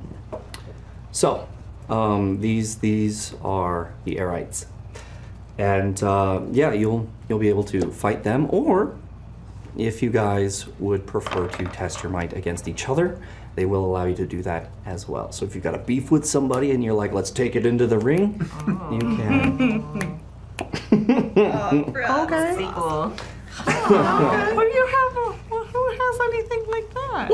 So, um, these these are the Airites, and uh, yeah, you'll you'll be able to fight them, or if you guys would prefer to test your might against each other, they will allow you to do that as well. So if you've got a beef with somebody and you're like, let's take it into the ring, you can. okay. Sequel. What do you have? Who has anything like that?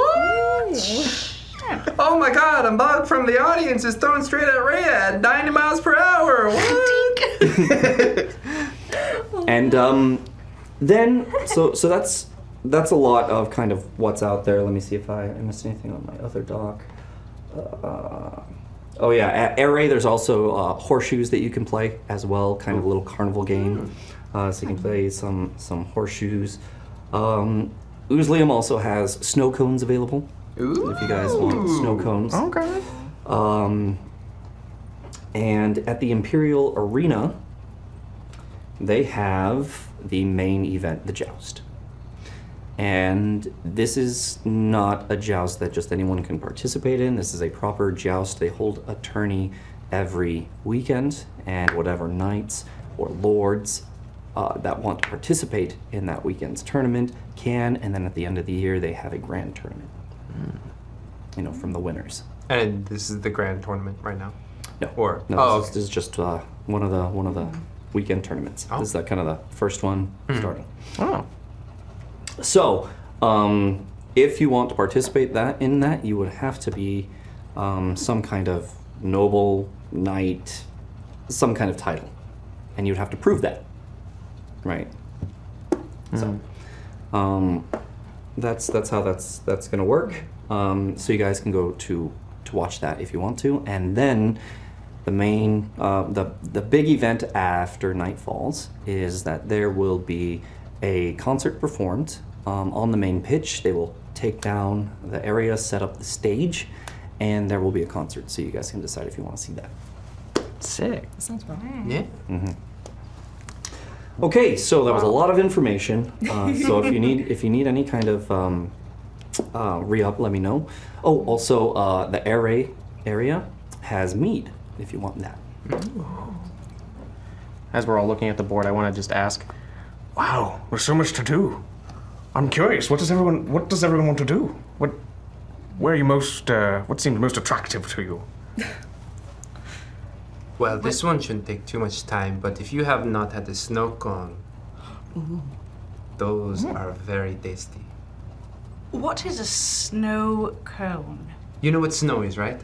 Oh my god, a mug from the audience is thrown straight at Rhea at 90 miles per hour. What? and um, then so so that's that's a lot of kind of what's out there. Let me see if I, I missed anything on my other doc. Uh, oh yeah, at Array there's also uh, horseshoes that you can play as well, kind of a little carnival game. Uh, so you can play some some horseshoes. Um, Oozlium also has snow cones available. If you guys want snow cones. Okay. Um, and at the Imperial Arena, they have the main event, the joust. And this is not a joust that just anyone can participate in. This is a proper joust. They hold a tourney every weekend, and whatever knights or lords uh, that want to participate in that weekend's tournament can. And then at the end of the year, they have a grand tournament. You know, from the winners. And this is the grand tournament right now. No. Or No, oh, this, is, this is just uh, one of the one of the weekend tournaments. Oh. This is the, kind of the first one Hmm. starting. Oh. So, um, if you want to participate that in that, you would have to be um, some kind of noble knight, some kind of title, and you'd have to prove that, right? So, Hmm. um, that's that's how that's that's gonna work. Um, so you guys can go to to watch that if you want to, and then the main uh, the the big event after night falls is that there will be a concert performed um, on the main pitch. They will take down the area, set up the stage, and there will be a concert. So you guys can decide if you want to see that. Sick. That sounds fun. Yeah. hmm Okay, so that was a lot of *laughs* information. Uh, so if you need if you need any kind of um, uh, re up, let me know. Oh, also uh, the array area has mead if you want that. As we're all looking at the board, I want to just ask. Wow, there's so much to do. I'm curious. What does everyone? What does everyone want to do? What? Where are you most? Uh, what seems most attractive to you? well, this one shouldn't take too much time, but if you have not had a snow cone, those are very tasty. What is a snow cone? You know what snow is, right?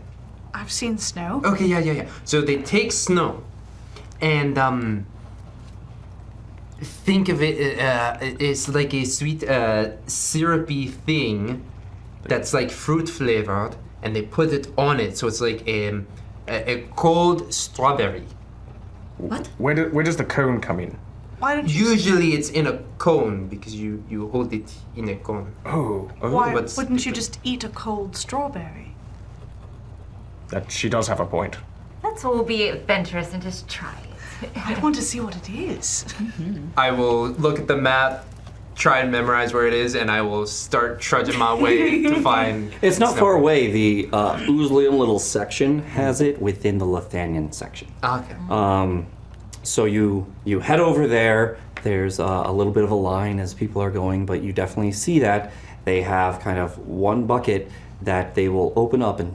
I've seen snow. Okay, yeah, yeah, yeah. So they take snow, and um, think of it uh, it's like a sweet, uh, syrupy thing that's like fruit flavored, and they put it on it. So it's like um, a, a cold strawberry. What? Where, do, where does the cone come in? Why don't you? Usually it's in a cone because you, you hold it in a cone. Oh, Why But wouldn't you just eat a cold strawberry? That she does have a point. Let's all be adventurous and just try it. I want to see what it is. I will look at the map, try and memorize where it is, and I will start trudging my way to find. It's not far away. The uh, Oozlium little section has it within the Lethanian section. Ah, Okay. Um, so you you head over there. There's uh, a little bit of a line as people are going, but you definitely see that they have kind of one bucket that they will open up and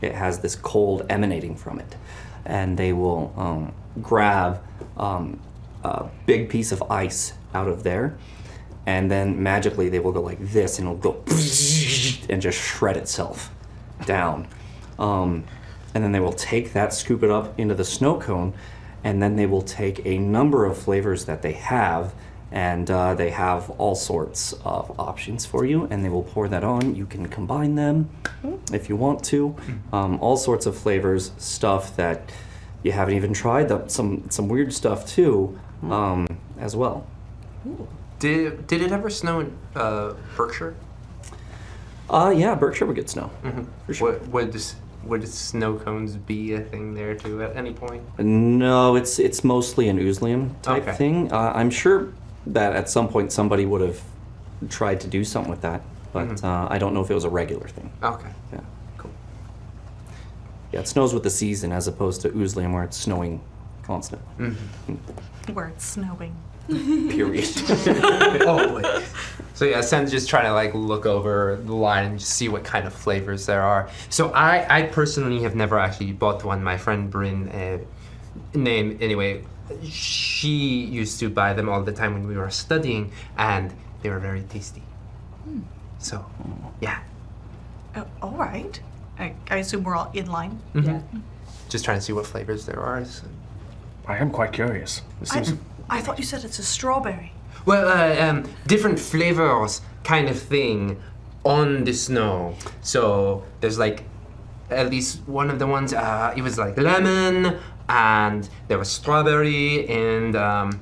it has this cold emanating from it, and they will um, grab um, a big piece of ice out of there, and then magically they will go like this and it'll go *laughs* and just shred itself down. Um, and then they will take that, scoop it up into the snow cone, and then they will take a number of flavors that they have, and uh, they have all sorts of options for you, and they will pour that on. You can combine them if you want to. Um, all sorts of flavors, stuff that you haven't even tried, that- some, some weird stuff too, um, as well. Did, did it ever snow in uh, Berkshire? Uh, yeah, Berkshire would get snow. Mm-hmm. For sure. Would, would, s- would snow cones be a thing there too at any point? No, it's it's mostly an Oozlium type Okay. thing. Uh, I'm sure that at some point somebody would have tried to do something with that, but Mhm. uh, I don't know if it was a regular thing. Okay. Yeah, cool. Yeah, it snows with the season as opposed to Oozlium where it's snowing constantly. Where it's snowing. Period. oh, wait. *laughs* So yeah, Sen's just trying to like look over the line and just see what kind of flavors there are. So I, I personally have never actually bought one. My friend Bryn, uh, name anyway, she used to buy them all the time when we were studying, and they were very tasty. Hmm. So yeah, Uh, all right. I, I assume we're all in line. Mhm. just trying to see what flavors there are. So. I am quite curious. This I, I thought you said it's a strawberry. Well, uh, um, different flavors kind of thing on the snow. So there's like at least one of the ones, uh, it was like lemon, and there was strawberry, and um,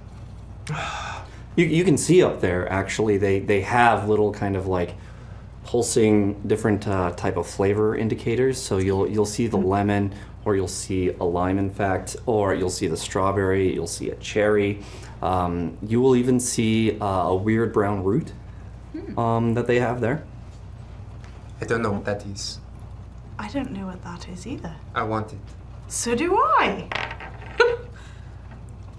You, you can see up there actually they they have little kind of like pulsing different uh, type of flavor indicators. So you'll you'll see the lemon, or you'll see a lime, in fact, or you'll see the strawberry, you'll see a cherry. Um, you will even see uh, a weird brown root um, that they have there. I don't know what that is. I don't know what that is either. I want it. So do I.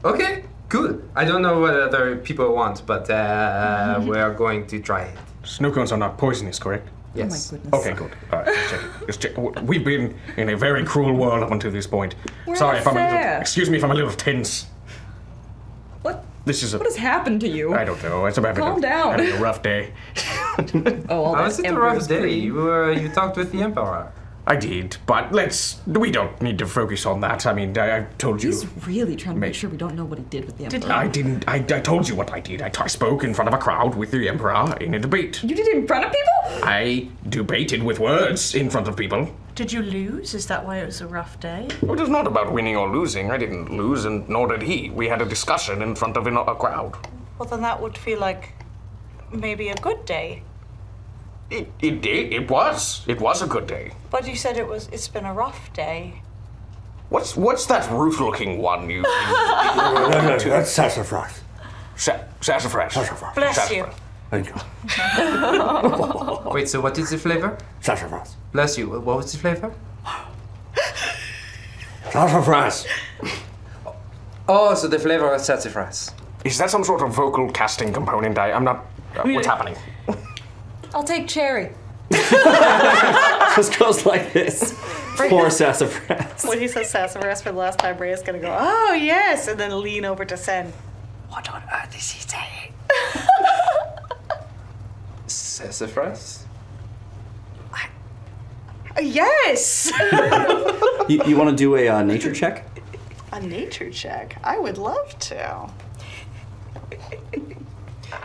Okay, good. I don't know what other people want, but uh, we're going to try it. Snow cones are not poisonous, correct? my Yes. goodness. Okay, good. All right, just checking. Just check. w- We've been in a very cruel world up until this point. We're Sorry not if I'm a fair. little. Excuse me if I'm a little tense. What? This is a. What has happened to you? I don't know. It's about Calm down. having a rough day. *laughs* Oh, all I that was it a Emperor's rough day? Creed. You, were, you talked with the Emperor. I did, but let's. We don't need to focus on that. I mean, I, I told you. He's really trying to Mate. make sure we don't know what he did with the emperor. I didn't. I, I told you what I did. I, I spoke in front of a crowd with Ah, the emperor in a debate. You did it in front of people? I debated with words in front of people. Did you lose? Is that why it was a rough day? It is not about winning or losing. I didn't lose, and nor did he. We had a discussion in front of an- a crowd. Well, then that would feel like maybe a good day. It, it did. It was. It was a good day. But you said it was. It's been a rough day. What's what's that root-looking one you? No, no, no, that's sassafras. Sa- *laughs* sassafras. Sassafras. Bless you. Thank you. Wait, so what is the flavor? Sassafras. Bless you. What was the flavor? Sassafras. Oh, so the flavor of sassafras. Is that some sort of vocal casting component? I, I'm not. uh, what's happening? I'll take cherry. Just goes like this. Four sassafras. When he says sassafras for the last time, Rhea's gonna go, oh yes, and then lean over to Sen. What on earth is he saying? Sassafras? Uh, Yes! You, you want to do a uh, nature check? a nature check. I would love to.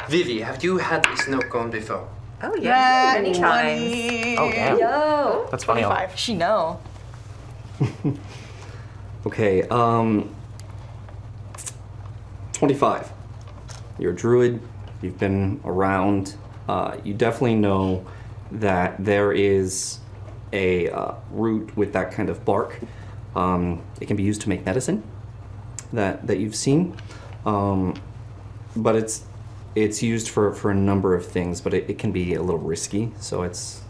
Vivi, have you had a snow cone before? Oh yeah, many times. Oh, yeah. Yo. That's funny. 25. She know. Okay, um. 25. You're a druid, you've been around, uh, you definitely know that there is a uh, root with that kind of bark. Um, it can be used to make medicine that, that you've seen. Um, but it's it's used for, for a number of things, but it, it can be a little risky, so it's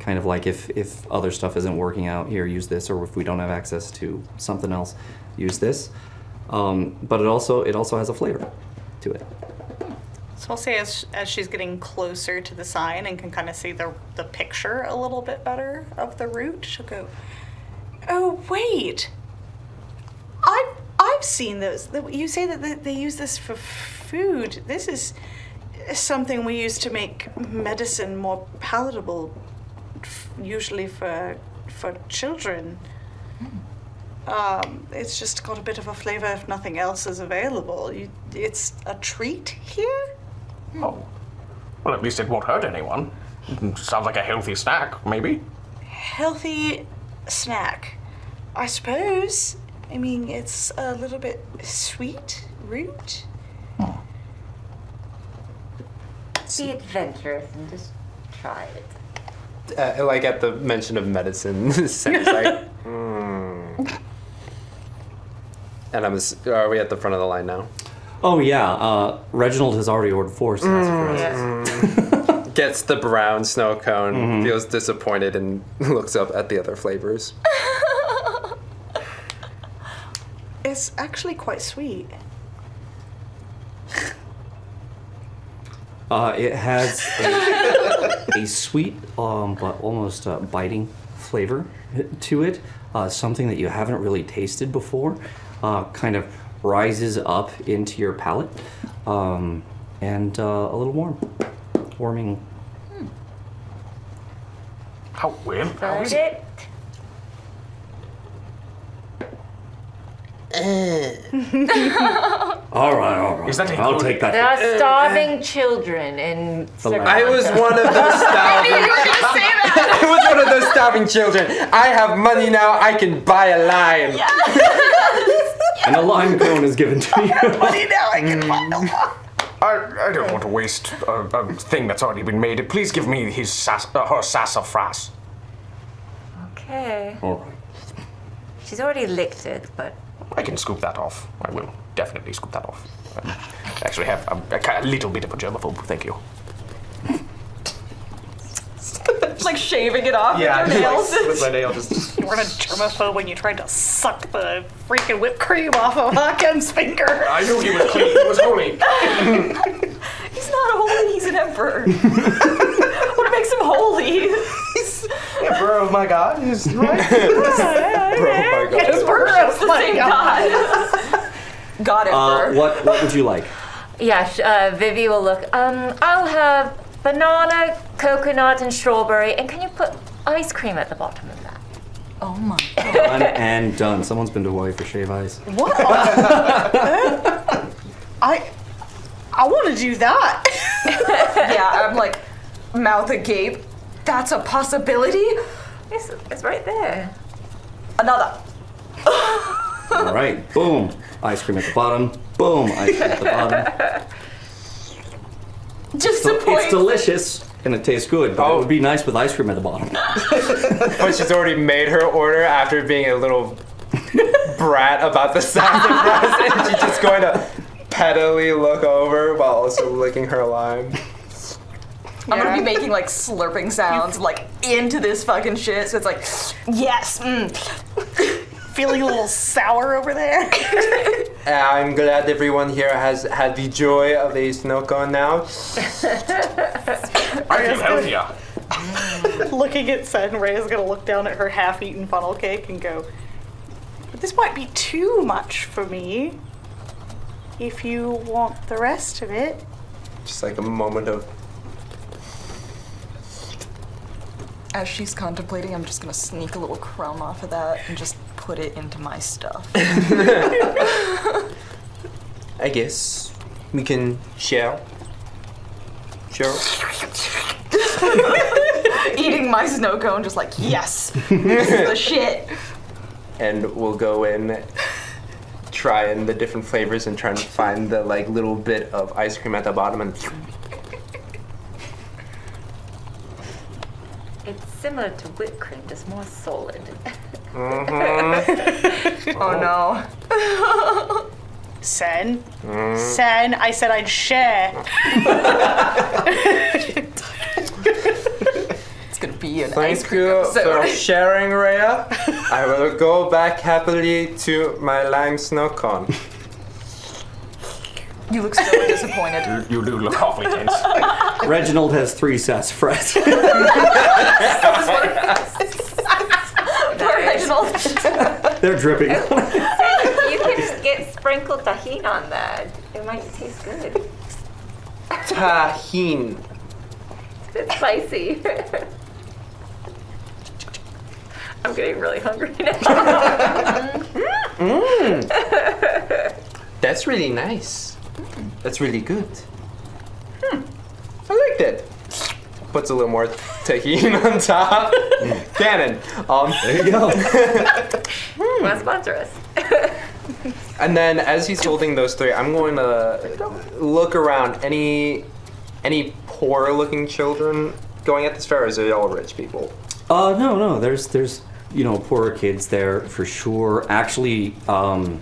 kind of like if, if other stuff isn't working out here use this or if we don't have access to something else use this um, but it also it also has a flavor to it So I'll say as, as she's getting closer to the sign and can kind of see the, the picture a little bit better of the root, she'll go, Oh, wait. I've, I've seen those. The- You say that they- they use this for food. This is something we use to make medicine more palatable, f- usually for, for children. Um, it's just got a bit of a flavor if nothing else is available. You, it's a treat here? Oh. Well, at least it won't hurt anyone. Mm, Sounds like a healthy snack, maybe. Healthy snack, I suppose. I mean, it's a little bit sweet, root. Be adventurous and just try it. Uh, like at the mention of medicine, *laughs* Sam's like, hmm. And I'm. ass- Are we at the front of the line now? oh yeah uh, reginald has already ordered four snacks for us Gets the brown snow cone, feels disappointed, and *laughs* looks up at the other flavors. It's actually quite sweet. uh, it has a, a sweet um, but almost uh, biting flavor to it uh, something that you haven't really tasted before uh, kind of rises up into your palate um, and uh, a little warm warming How weird. How is it? All right, all right. Is that I'll take that. There are starving children in. The lab. I was one of those starving. I was one of those starving children. I have money now. I can buy a lion. And *laughs* a lime cone is given to you. I, I don't want to waste a, a thing that's already been made. Please give me his sas- uh, her sassafras. Okay. All right. She's already licked it, but I can scoop that off. I will definitely scoop that off. I actually have a, a ki- a little bit of a germaphobe. Thank you. like shaving it off Yeah, with your nails. my nail just. You weren't a germaphobe when you tried to suck the freaking whipped cream off of Hawkins' finger. I knew he was clean. He was holy. he's not holy, he's an emperor. what makes him holy? He's Emperor of oh my god is right. oh my emperor of the my same God. *laughs* god. Got it. Uh, what What would you like? yeah, sh- uh, Vivi will look. Um, I'll have banana, coconut, and strawberry. And can you put ice cream at the bottom of that? Oh my. Done and done. Someone's been to Hawaii for shave ice. What? I I want to do that. *laughs* yeah, I'm like mouth agape. That's a possibility. It's, it's right there. Another. All right. Boom. Ice cream at the bottom. Boom. Ice cream at the bottom. Just So it's delicious and it tastes good, but it Oh. would be nice with ice cream at the bottom. But she's already made her order after being a little brat about the sassafras, and she's just going to pettily look over while also licking her lime. I'm gonna be making like slurping sounds, like into this fucking shit. So it's like, yes, mm. *laughs* Feeling a little sour over *laughs* there. I'm glad everyone here has had the joy of a snow cone now. I feel healthier. Looking at Sun, Rhea's gonna look down at her half-eaten funnel cake and go, "But "This might be too much for me. If you want the rest of it, Just like a moment of As she's contemplating, I'm just gonna sneak a little crumb off of that and just put it into my *laughs* stuff. I guess we can share. Sure. Eating my snow cone, just like, yes, this is *laughs* the shit. and we'll go in trying the different flavors and trying to find the like little bit of ice cream at the bottom and It's similar to whipped cream, just more solid. Oh no. Sen, Sen, I said I'd share. It's gonna be an Thank ice cream you for episode. sharing, Rhea. I will go back happily to my lime snow cone. You look so disappointed. You, do look awfully tense. Reginald has *laughs* three sassafras. *laughs* Poor Reginald. They're *laughs* dripping. you can just get sprinkled tahini on that. It might taste good. Tahine. It's a bit spicy. *laughs* I'm getting really hungry now. Mm. That's really nice. That's really good. Hmm. I like that. Puts a little more tahini *laughs* on top. Cannon. Um, there you *laughs* go. Want to sponsor us? And then as he's holding those three, I'm going to look around. Any any poor looking children going at this fair, or is it all rich people? Uh, no, no. There's, there's, you know, poorer kids there for sure. Actually, um,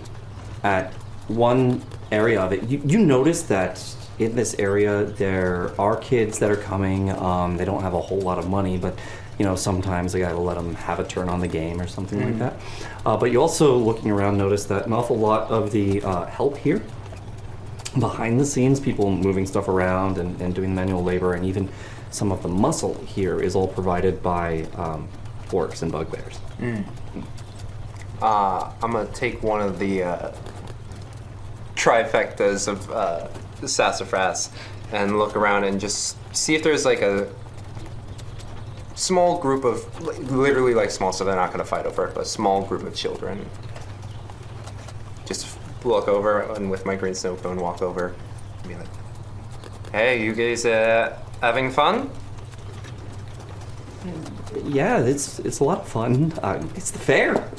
at one area of it, you, you notice that in this area there are kids that are coming. Um, they don't have a whole lot of money, but you know, sometimes I gotta let them have a turn on the game or something Mhm. like that. Uh, but you also, looking around, notice that an awful lot of the uh, help here behind the scenes, people moving stuff around and, and doing manual labor, and even some of the muscle here is all provided by um, orcs and bugbears. Uh, I'm gonna take one of the uh, trifectas of uh, sassafras and look around and just see if there's like a small group of li- literally like small, so they're not gonna fight over it, but small group of children. Just look over and with my green snow cone walk over. And be like, hey, you guys uh, having fun? Yeah, it's it's a lot of fun. Uh, it's the fair.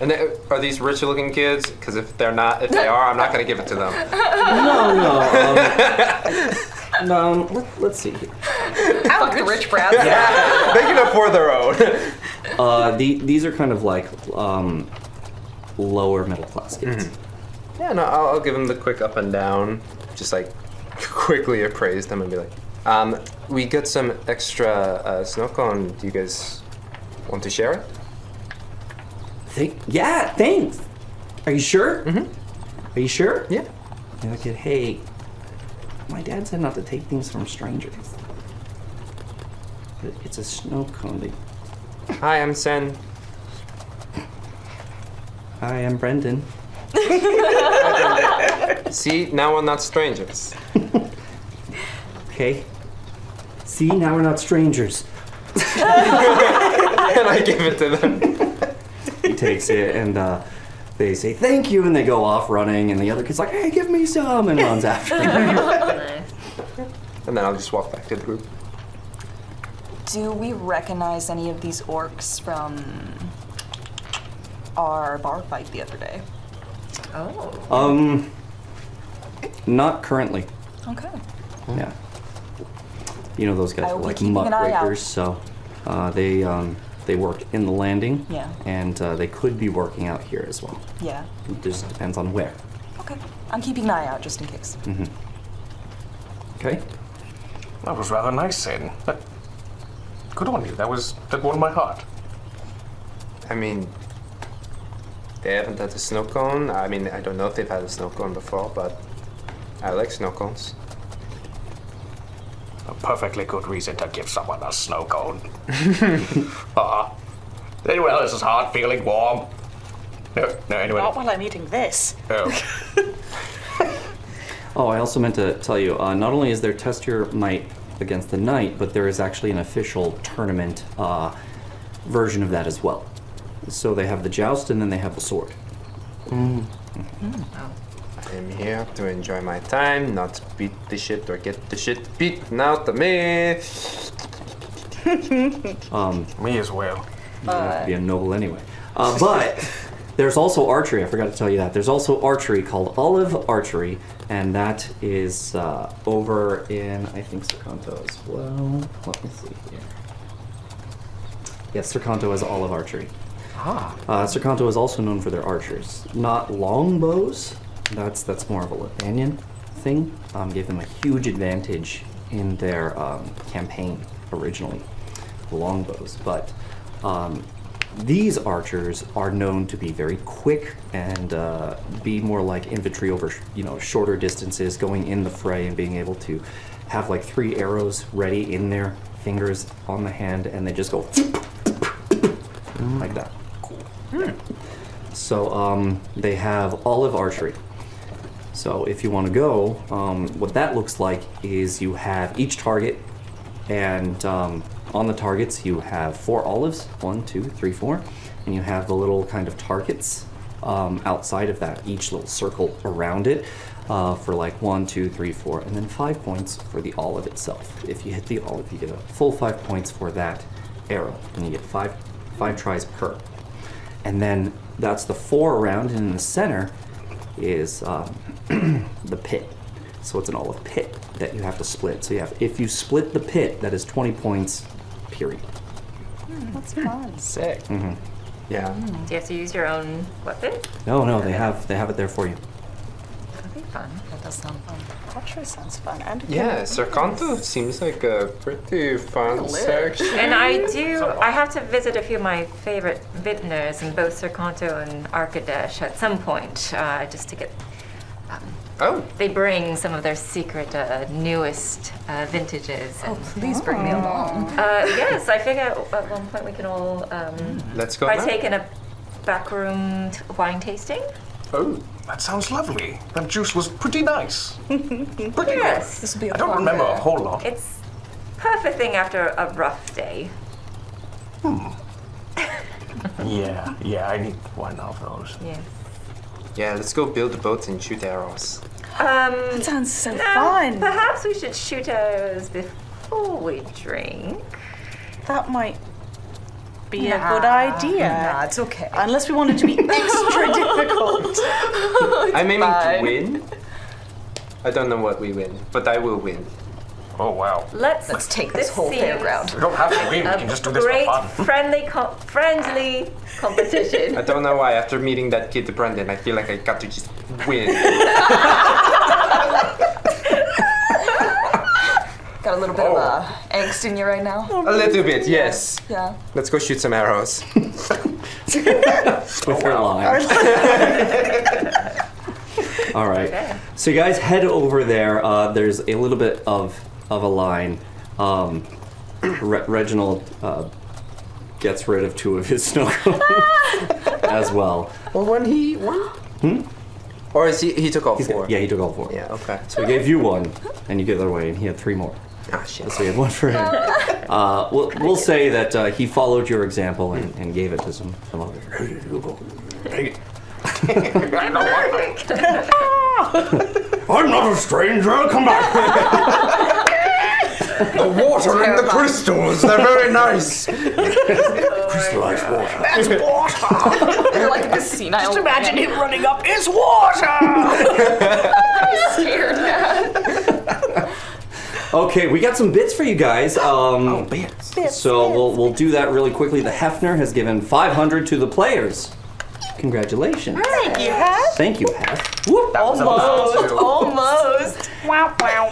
And they, are these rich looking kids? Because if they're not, if they are, I'm not gonna give it to them. *laughs* No, no. Um, no, let, let's see here. Fuck the rich brats. They can afford their own. Uh, the, these are kind of like um, lower middle class kids. Yeah, no, I'll, I'll give him the quick up and down, just like *laughs* quickly appraise them and be like, um, we got some extra uh, snow cone. Do you guys want to share it? Think, yeah, thanks. Are you sure? Mm-hmm. Are you sure? Yeah. And I said, hey, my dad said not to take things from strangers. But it's a snow cone. They- Hi, I'm Sen. Hi, I'm Brendan. See, now we're not strangers. *laughs* Okay. See, now we're not strangers. and I give it to them. He takes it and uh, they say thank you and they go off running and the other kid's like, hey, give me some and runs after him. And then I'll just walk back to the group. Do we recognize any of these orcs from our bar fight the other day? Oh. um, not currently. Okay. Yeah. You know those guys I were will be like keeping an eye out. muckrakers, so uh, they um, they work in the landing. Yeah. And uh, they could be working out here as well. Yeah. It just depends on where. Okay. I'm keeping an eye out just in case. hmm Okay. That was rather nice, Sin. That, good on you. That was that warmed my heart. I mean, they haven't had a snow cone. I mean, I don't know if they've had a snow cone before, but I like snow cones. A perfectly good reason to give someone a snow *laughs* cone. Ah. Anyone else's heart feeling warm? No, no, anyway. Oh. Not while I'm eating this. Oh. Oh, I also meant to tell you. Uh, not only is there test your might against the knight, but there is actually an official tournament uh, version of that as well. So they have the joust and then they have the sword. I'm here to enjoy my time, not beat the shit or get the shit beaten out of me. Um, Me as well. You have to be a noble anyway. Uh, but there's also archery. I forgot to tell you that. There's also archery called Olive Archery, and that is uh, over in I think Cercanto as well. Let me see here. Yes, Cercanto has Olive Archery. Ah. Uh, Cercanto is also known for their archers, not longbows. That's that's more of a Lepanian thing. Um, gave them a huge advantage in their um, campaign originally, the longbows. But um, these archers are known to be very quick and uh, be more like infantry over sh- you know shorter distances, going in the fray and being able to have like three arrows ready in their fingers on the hand, and they just go *laughs* like that. So um, they have olive archery. So if you want to go, um, what that looks like is you have each target, and um, on the targets you have four olives one, two, three, four, and you have the little kind of targets um, outside of that, each little circle around it. Uh, for like one, two, three, four, and then five points for the olive itself. If you hit the olive, you get a full five points for that arrow, and you get five five tries per and then that's the four around, and in the center is um, the pit. So it's an olive pit that you have to split. So you have, if you split the pit, that is 20 points, period. That's fun. Sick. Mm-hmm. hmm Yeah. Do you have to use your own weapon? No, no, they have they have it there for you. That'd be fun. That does sound fun. Archery sounds fun. And Yeah, Cercanto seems like a pretty fun section. And Mm. I do. I have to visit a few of my favorite vintners in both Cercanto and Arkadesh at some point, uh, just to get. Um, oh. They bring some of their secret, uh, newest uh, vintages. And, oh, please bring me along. Mm. Uh, yes, I figure at one point we can all um, Let's go partake now. in a backroom t- wine tasting. Oh, that sounds lovely. That juice was pretty nice. Pretty yes. good. This would be a I don't remember a whole lot. It's perfect thing after a rough day. Yeah, yeah, I need one of those. Yeah. Yeah, let's go build boats and shoot arrows. Um, that sounds so now, fun. Perhaps we should shoot arrows before we drink. That might be Nah. a good idea. Nah, it's okay. Unless we want it to *laughs* be extra difficult. I'm aiming to win. I don't know what we win, but I will win. Oh wow! Let's, Let's take this whole seems fairground. We don't have *laughs* to win. We a can just do this for great fun. friendly, co- friendly competition. I don't know why. After meeting that kid Brendan, I feel like I got to just win. Got a little bit of uh, Oh. angst in you right now. A little bit, yes. Yeah. Let's go shoot some arrows. With your line. *laughs* All right. Okay. So you guys head over there. Uh, there's a little bit of of a line. Um, *clears throat* Re- Reginald uh, gets rid of two of his *laughs* snow cones as well. Well, when he won. Hmm? Or is he? He took all four. yeah, he took all four. Yeah. Okay. So he gave you one, and you gave that away, and he had three more. Ah, shit. So he had one for *laughs* him. Uh, we'll, we'll say that uh, he followed your example and, and gave it to some some other. *laughs* I'm not a stranger. Come back. The water and the crystals, they're very nice. Crystallized water. That's water. like a senile. Just imagine man. him running up. It's water. I'm scared now. Okay, we got some bits for you guys. Um, oh, bits. So we'll we'll do that really quickly. The Hefner has given 500 to the players. Congratulations. Thank you, Hef. Thank you, Hef. Almost. Almost. wow, wow.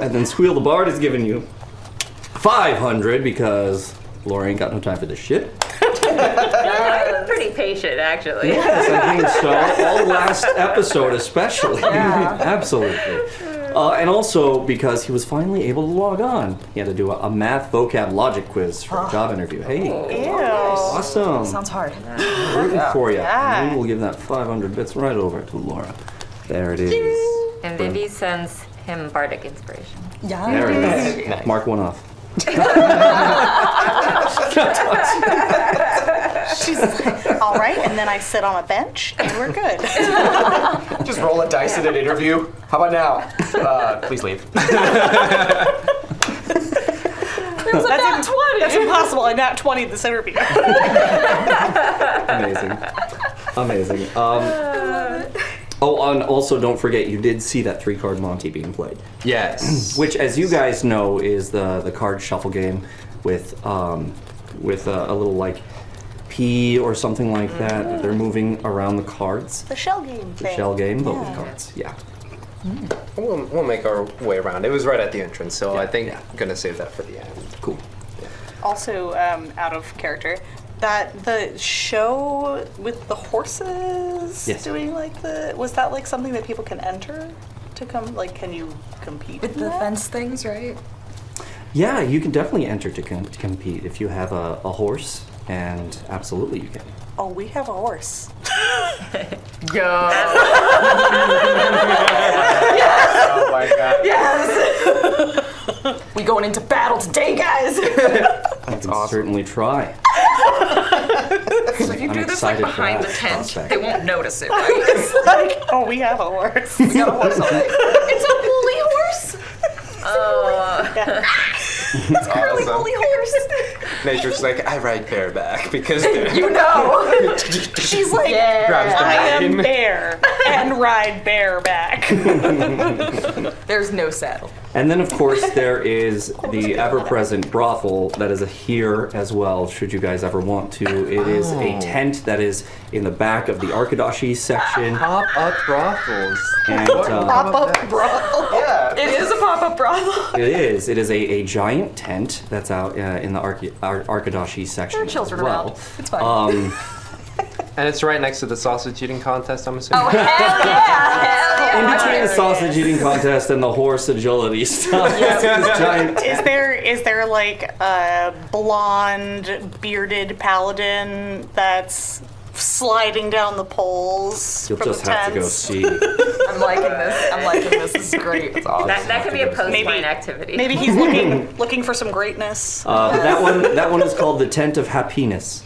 And then Squeal the Bard has given you 500 because Laura ain't got no time for this shit. Uh, I'm pretty patient, actually. Yes, I think so. All last episode, especially. Absolutely. Uh, and also because he was finally able to log on. He had to do a, a math vocab logic quiz for a job interview. Hey. Awesome. Sounds hard. Rooting for you. Yeah. And we will give that 500 bits right over to Laura. There it is. And Vivi sends him bardic inspiration. There it is. Mark one off. She's like, all right, and then I sit on a bench, and we're good. *laughs* Just roll a dice in an interview. How about *laughs* now? Uh, please leave. That's a nat That's impossible. I nat 20 this interview. Amazing. Amazing. Um, oh, and also don't forget, you did see that three card Monty being played. Yes. *clears throat* Which, as you guys know, is the, the card shuffle game with, um, with a, a little like P or something like that. that They're moving around the cards. The shell game The thing. shell game, but with Yeah. cards. Yeah. We'll, we'll make our way around. It was right at the entrance, so I think I'm gonna save that for the end. Cool. also, um, out of character, that the show with the horses Yes. doing like the was that like something that people can enter to come? Like, can you compete With in the that? fence things, right? Yeah, you can definitely enter to, com- to compete if you have a, a horse, and absolutely you can. Oh, we have a horse. Go. yes! my god. Yes! we going into battle today, guys! *laughs* I can certainly *laughs* try. so if you do I'm this like excited for behind the that tent, prospect. they won't *laughs* notice it, right? it's like, oh, we have a horse. We got a horse on *laughs* it. it's a holy horse! Oh. Uh. It's Curly holy horse! *laughs* Nature's like, I ride bareback because You *laughs* know. She's like, Grabs the I am rein. bear and ride *laughs* bareback. There's no saddle. And then, of *laughs* course, there is the ever present brothel that is here as well, should you guys ever want to. It is a Oh. tent that is in the back of the Arkadoshi section. Pop up brothels. And, um, up brothel. Yeah. It is a pop up brothel. it is. It is a, a giant tent that's out uh, in the Arki Ar- Arkadoshi section. There are children as well. around. It's fine. Um, and it's right next to the sausage eating contest. I'm assuming. in between the sausage eating contest and the horse agility stuff, *laughs* it's this *laughs* giant Is there is there like a blonde bearded paladin that's sliding down the poles? You'll from just the have to go tents? see. I'm liking this. I'm liking this. This is great. It's awesome. That, that could be a post Maybe- line activity. *laughs* Maybe he's *laughs* looking looking for some greatness. Uh, but that one, that one is called the Tent of Happiness.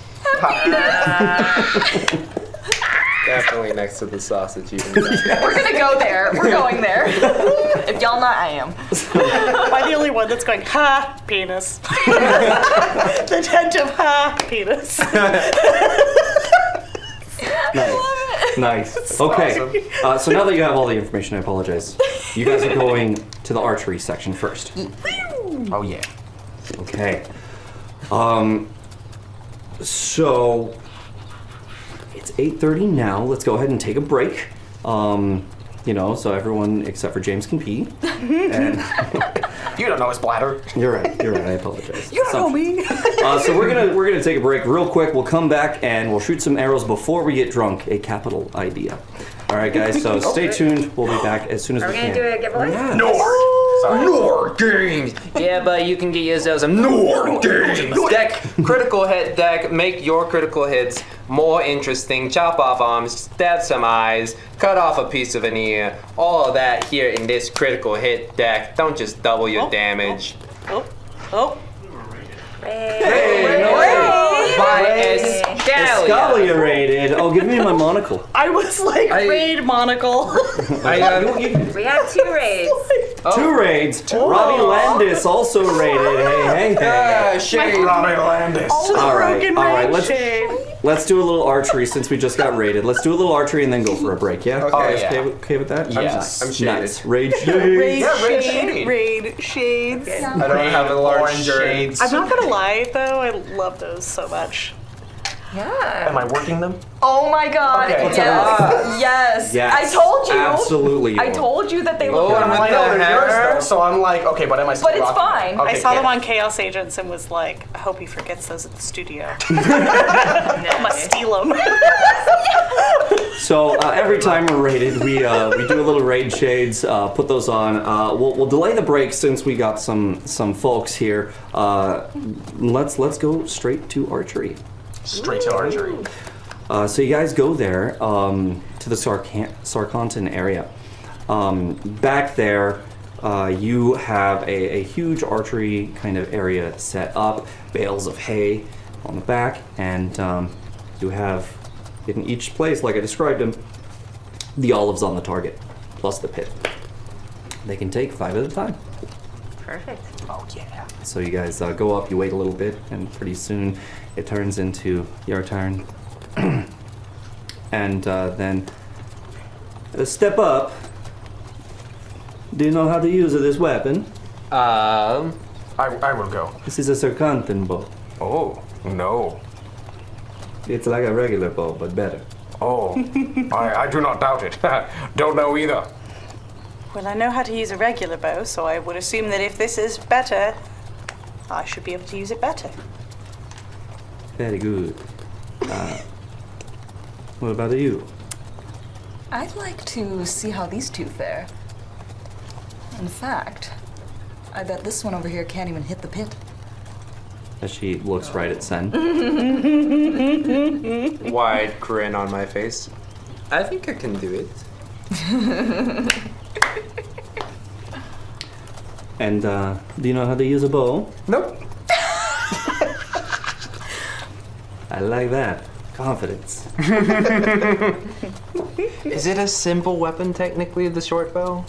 Definitely next to the sausage eating. contest. We're gonna go there. We're going there. *laughs* if y'all not, I am. Am I the only one that's going ha *laughs* penis? the tent of ha penis. Nice. Nice. Okay. Uh, so now that you have all the information, I apologize. You guys are going to the archery section first. Oh yeah. Okay. Um. So it's 8:30 now. Let's go ahead and take a break. Um. You know, so everyone except for James can pee. And You don't know his bladder. you're right. You're right. I apologize. *laughs* You don't know me. Uh, so we're gonna we're gonna take a break real quick. We'll come back and we'll shoot some arrows before we get drunk. A capital idea. All right, guys. *laughs* So stay tuned. We'll be back as soon as Are we we can. gonna do a giveaway? Yes. Nord games. Yeah, but you can get yourselves a Nord games deck. Critical hit deck. Make your critical hits more interesting. Chop off arms, stab some eyes, cut off a piece of an ear. All of that here in this critical hit deck. Don't just double your damage. Oh, oh. *laughs* By Escalia. Escalia rated. Oh, give me *laughs* my monocle. I was like raid monocle. *laughs* I, uh, We have two raids. Oh. Two raids. Robbie Landis also rated. Hey, hey, hey. Ah, Yeah, shade, Robbie Landis. All right, all broken right. man Let's let's do a little archery since we just got raided. Let's do a little archery and then go for a break. Yeah. Okay, All right, yeah. okay, with- okay with that? I'm- Nice. I'm shaded. Nice. *laughs* Raid *laughs* Raid, shades. raid shade, shade. raid shades. I don't have a large shades. I'm not gonna lie though, I love those so much. Yeah. Am I working them? Oh my god. Okay. Yes. What's up? yes. Yes. I told you. Absolutely. I told you that they look Oh, good. I'm like, oh, they're Uh-huh. yours though, so I'm like, okay, but am I still But it's rocking fine. them? Okay, I saw them yeah. on Chaos Agents and was like, I hope he forgets those at the *laughs* studio. *laughs* I must steal them. So uh, every time we're raided, we uh, we do a little raid shades, uh, put those on. Uh, we'll, we'll delay the break since we got some some folks here. Uh, let's let's go straight to archery. Straight to archery. Uh, so you guys go there um, to the Sarcan- Sarcontin area. Um, back there, uh, you have a, a huge archery kind of area set up, bales of hay on the back, and um, you have in each place, like I described them, the olives on the target, plus the pit. They can take five at a time. Perfect. Oh, yeah. So you guys uh, go up, you wait a little bit, and pretty soon it turns into your turn. and uh, then uh, step up. Do you know how to use this weapon? Um, I, I will go. This is a Sercantin bow. Oh, no. It's like a regular bow, but better. Oh, I, I do not doubt it. *laughs* Don't know either. Well, I know how to use a regular bow, so I would assume that if this is better, I should be able to use it better. Very good. Uh, what about you? I'd like to see how these two fare. In fact, I bet this one over here can't even hit the pit. As she looks right at Sen. Why? Wide grin on my face. I think I can do it. And uh, do you know how to use a bow? Nope. I like that. Confidence. Is it a simple weapon technically, the short bow?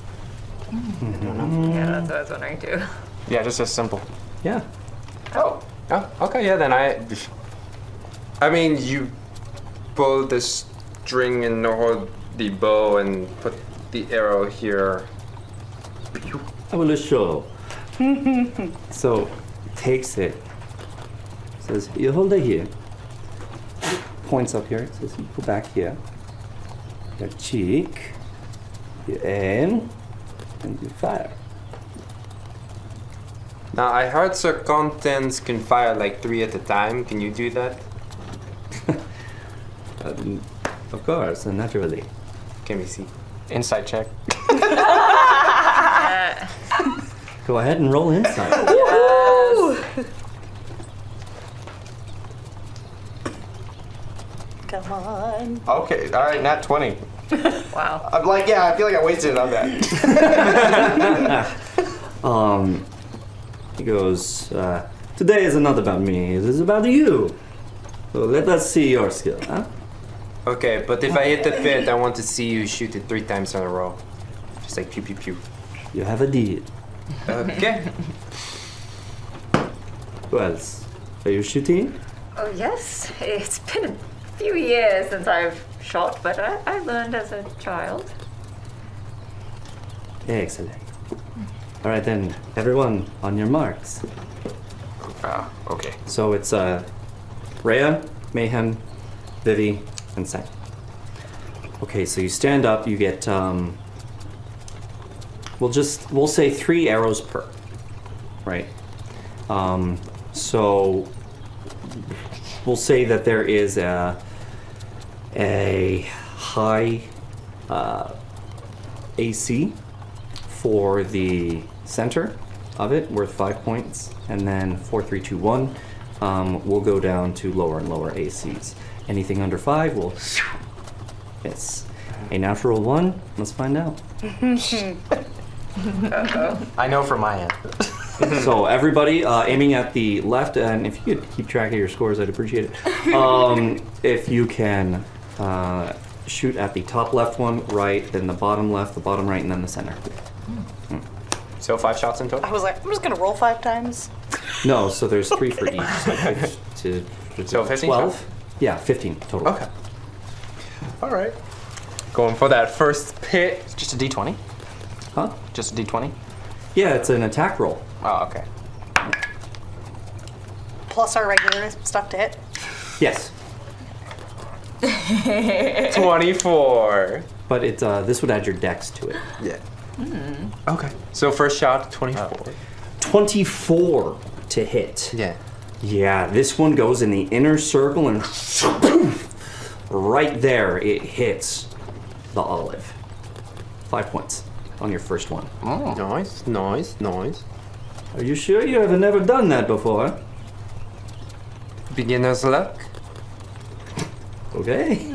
Mm-hmm. Yeah, that's what I was wondering too. Yeah, just as simple. Yeah. Oh. Oh, okay, yeah, then I. I mean, you pull the string and hold the bow and put the arrow here. I will show. So takes it. Says, you hold it here. Points up here. Says, you go back here. Your cheek. You aim. And you fire. Now, I heard circumstance can fire like three at a time. Can you do that? Um, of course, and naturally. Can we see? Insight check. Go ahead and roll insight. Come on. Okay, all right, nat 20. wow. I'm like, yeah, I feel like I wasted it on that. um, he goes, uh, Today is not about me, it is about you. So let us see your skill, huh? Okay, but if I hit the pit, I want to see you shoot it three times in a row. Just like pew pew pew. You have a deal. Okay. Who else? Are you shooting? Oh yes, it's been a few years since I've shot, but I, I learned as a child. Excellent. All right then, everyone on your marks. Ah, okay. So it's uh, Rhea, Mayhem, Vivi, and Sen. Okay, so you stand up. You get um, we'll just we'll say three arrows per, right? Um, so we'll say that there is a a high uh, AC for the center of it, worth five points, and then four, three, two, one. Um, we'll go down to lower and lower ACs. Anything under five will *laughs* miss. A natural one. Let's find out. I know from my end. so everybody uh, aiming at the left, and if you could keep track of your scores, I'd appreciate it. Um, if you can uh, shoot at the top left one, right, then the bottom left, the bottom right, and then the center. So five shots in total. I was like, I'm just gonna roll five times. No, so there's three for each. So, fif- to, So 15 12? Yeah, 15 total. Okay. All right. Going for that first pit. Just a d20? Huh? Just a d20? Yeah, it's an attack roll. Oh, okay. Plus our regular stuff to hit. Yes. 24. But it uh, this would add your dex to it. Yeah. Okay. So first shot, 24. 24 to hit. Yeah. Yeah, this one goes in the inner circle and right there it hits the olive. Five points on your first one. Nice, nice, nice. Are you sure you have never done that before? Beginner's luck. Okay.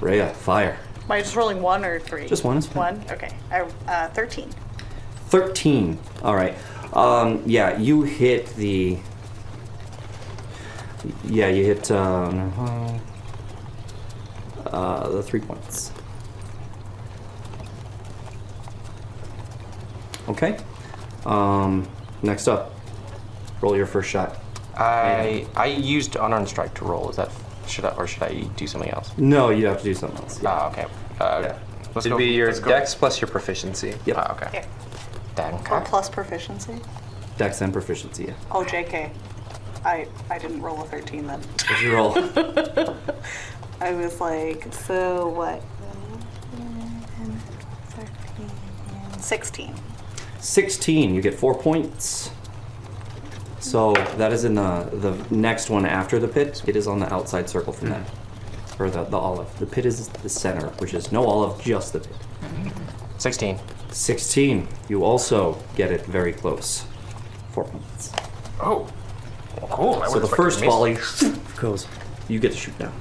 Rhea, fire. Am I just rolling one or three? Just one is fine. One? Okay. I, uh, 13. 13. All right. Um, yeah, you hit the. Yeah, you hit um, uh, the three points. Okay. Um, next up, roll your first shot. I I used unarmed strike to roll. Is that should I or should I do something else? No, you have to do something else. Ah, okay. Uh, let's It'd go- be your let's go- dex plus your proficiency. Yep. okay. Or plus proficiency. Dex and proficiency. Yeah. Oh, JK. I, I didn't roll a 13 then. What'd you roll? I was like, so what? 16. 16. You get four points. So that is in the the next one after the pit. It is on the outside circle from that, or the, the olive. The pit is the center, which is no olive, just the pit. 16. 16. You also get it very close. Four points. Oh. Well, cool. I so would've the fucking first missed. volley goes. You get to shoot now.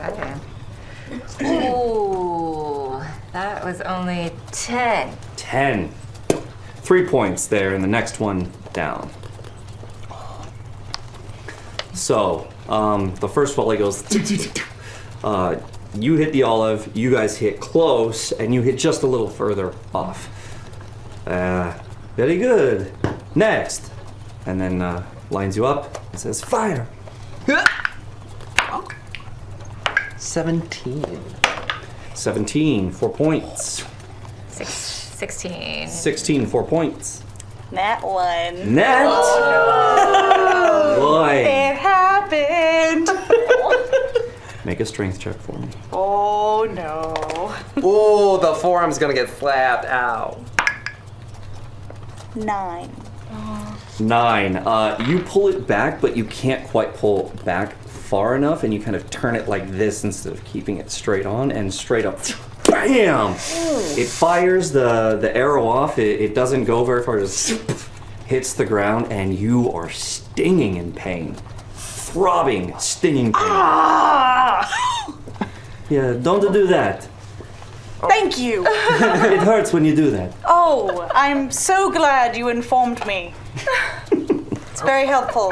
Okay. Ooh, that was only 10. 10. Three points there, and the next one down. So, um, the first volley goes. *laughs* Uh, you hit the olive, you guys hit close, and you hit just a little further off. Uh, very good. Next. And then uh, lines you up and says, Fire! 17. 17, four points. Six, 16. 16, four points. That one. Nat! Boy. It happened. Make a strength check for me. oh no. Oh, the forearm's gonna get slapped. Ow. Nine. Nine. Uh, you pull it back, but you can't quite pull back far enough, and you kind of turn it like this instead of keeping it straight on and straight up. Bam! It fires the the arrow off. It, it doesn't go very far. Just hits the ground, and you are stinging in pain, throbbing, stinging pain. Ah! Yeah, don't do that. Thank you. it hurts when you do that. oh, I'm so glad you informed me. It's very helpful.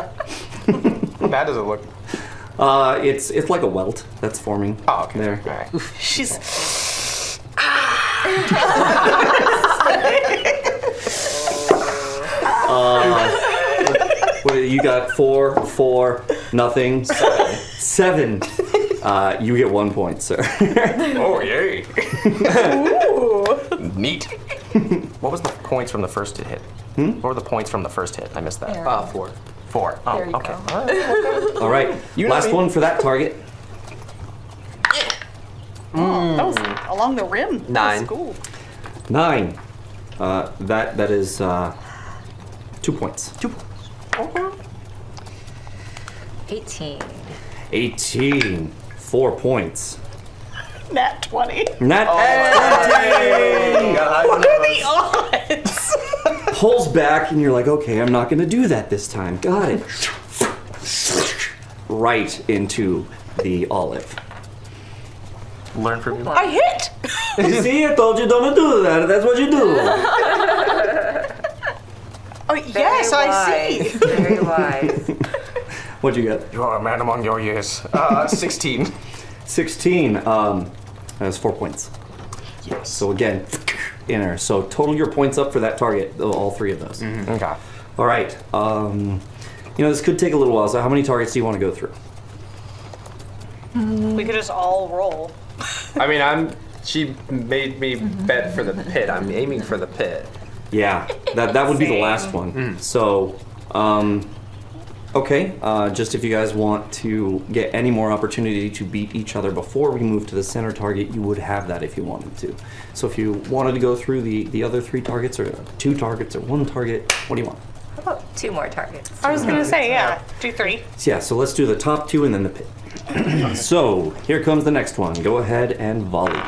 Bad does it look? Uh, it's it's like a welt that's forming. Oh, okay. There. She's. Uh, what do you you got four, four, nothing, seven. Uh, you get one point, sir. oh, yay. *laughs* Neat. what was the points from the first hit? What were the points from the first hit? I missed that. Hmm? There. Uh, four. Four. Oh, There you okay. All right, You know last me. one for that target. That was along the rim. That was Nine. cool. Nine. Uh, that that is uh, two points. Two. 18. Eighteen. Four points. Nat 20. Nat Hey! What are the odds? pulls back, and you're like, okay, I'm not gonna do that this time. Got it. Right into the olive. Learn from I hit! You see, I told you don't do that. That's what you do. Oh, yes, I see. Very wise. What'd you get? You are a man among your years. Uh, 16. 16. Um, that's four points. Yes. So again, in there. So total your points up for that target, tho- all three of those. Okay. All right. Um, you know, this could take a little while. So how many targets do you want to go through? We could just all roll. I mean, I'm. *laughs* She made me bet for the pit. I'm aiming for the pit. Yeah, that, that would be the last one. So, um, okay, uh, just if you guys want to get any more opportunity to beat each other before we move to the center target, you would have that if you wanted to. So, if you wanted to go through the, the other three targets, or two targets, or one target, what do you want? How about two more targets? I was gonna say, yeah, do three. So, yeah, so let's do the top two and then the pit. *clears throat* so, here comes the next one. Go ahead and volley.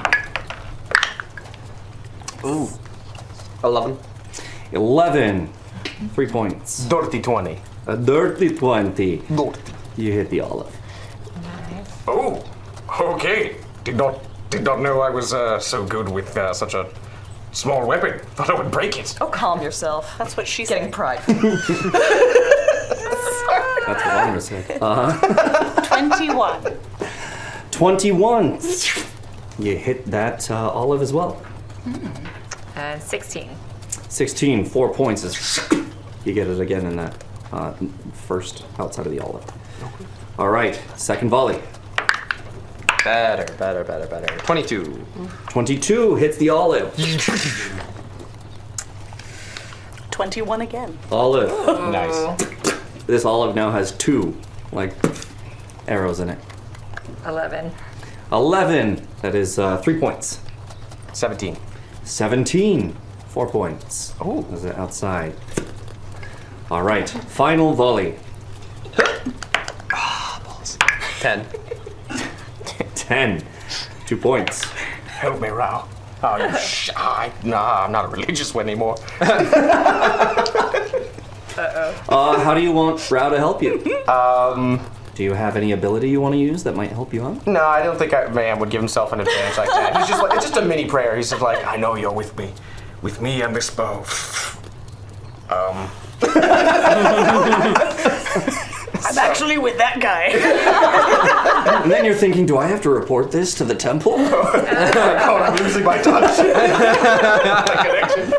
Ooh. 11. 11. Three points. Dirty 20. A dirty 20. You hit the olive. Oh, okay. Did not did not know I was uh, so good with uh, such a small weapon. Thought I would break it. Oh, calm yourself. That's what she's getting prideful. *laughs* That's what I'm gonna say. Uh-huh. 21. 21. You hit that uh, olive as well. Uh, 16. 16, four points is. *clears throat* You get it again in that uh, first outside of the olive. All right, second volley. Better, better, better, better. 22. 22 hits the olive. 21 again. *laughs* olive. *laughs* This olive now has two, like, arrows in it. 11. 11. That is uh, three points. 17. 17. Four points. Oh. Is it outside? All right. Final volley. 10. 10. Two points. Help me, Rao. Oh, you shy. Nah, I'm not a religious one *laughs* anymore. Uh, how do you want Rao to help you? Um. Do you have any ability you want to use that might help you out? No, I don't think I. Man would give himself an advantage like that. He's just like, it's just a mini prayer. He's just like, I know you're with me. With me and this bow. Um. I'm actually with that guy. and then you're thinking, do I have to report this to *laughs* the temple? God, I'm losing my *laughs* touch. My connection.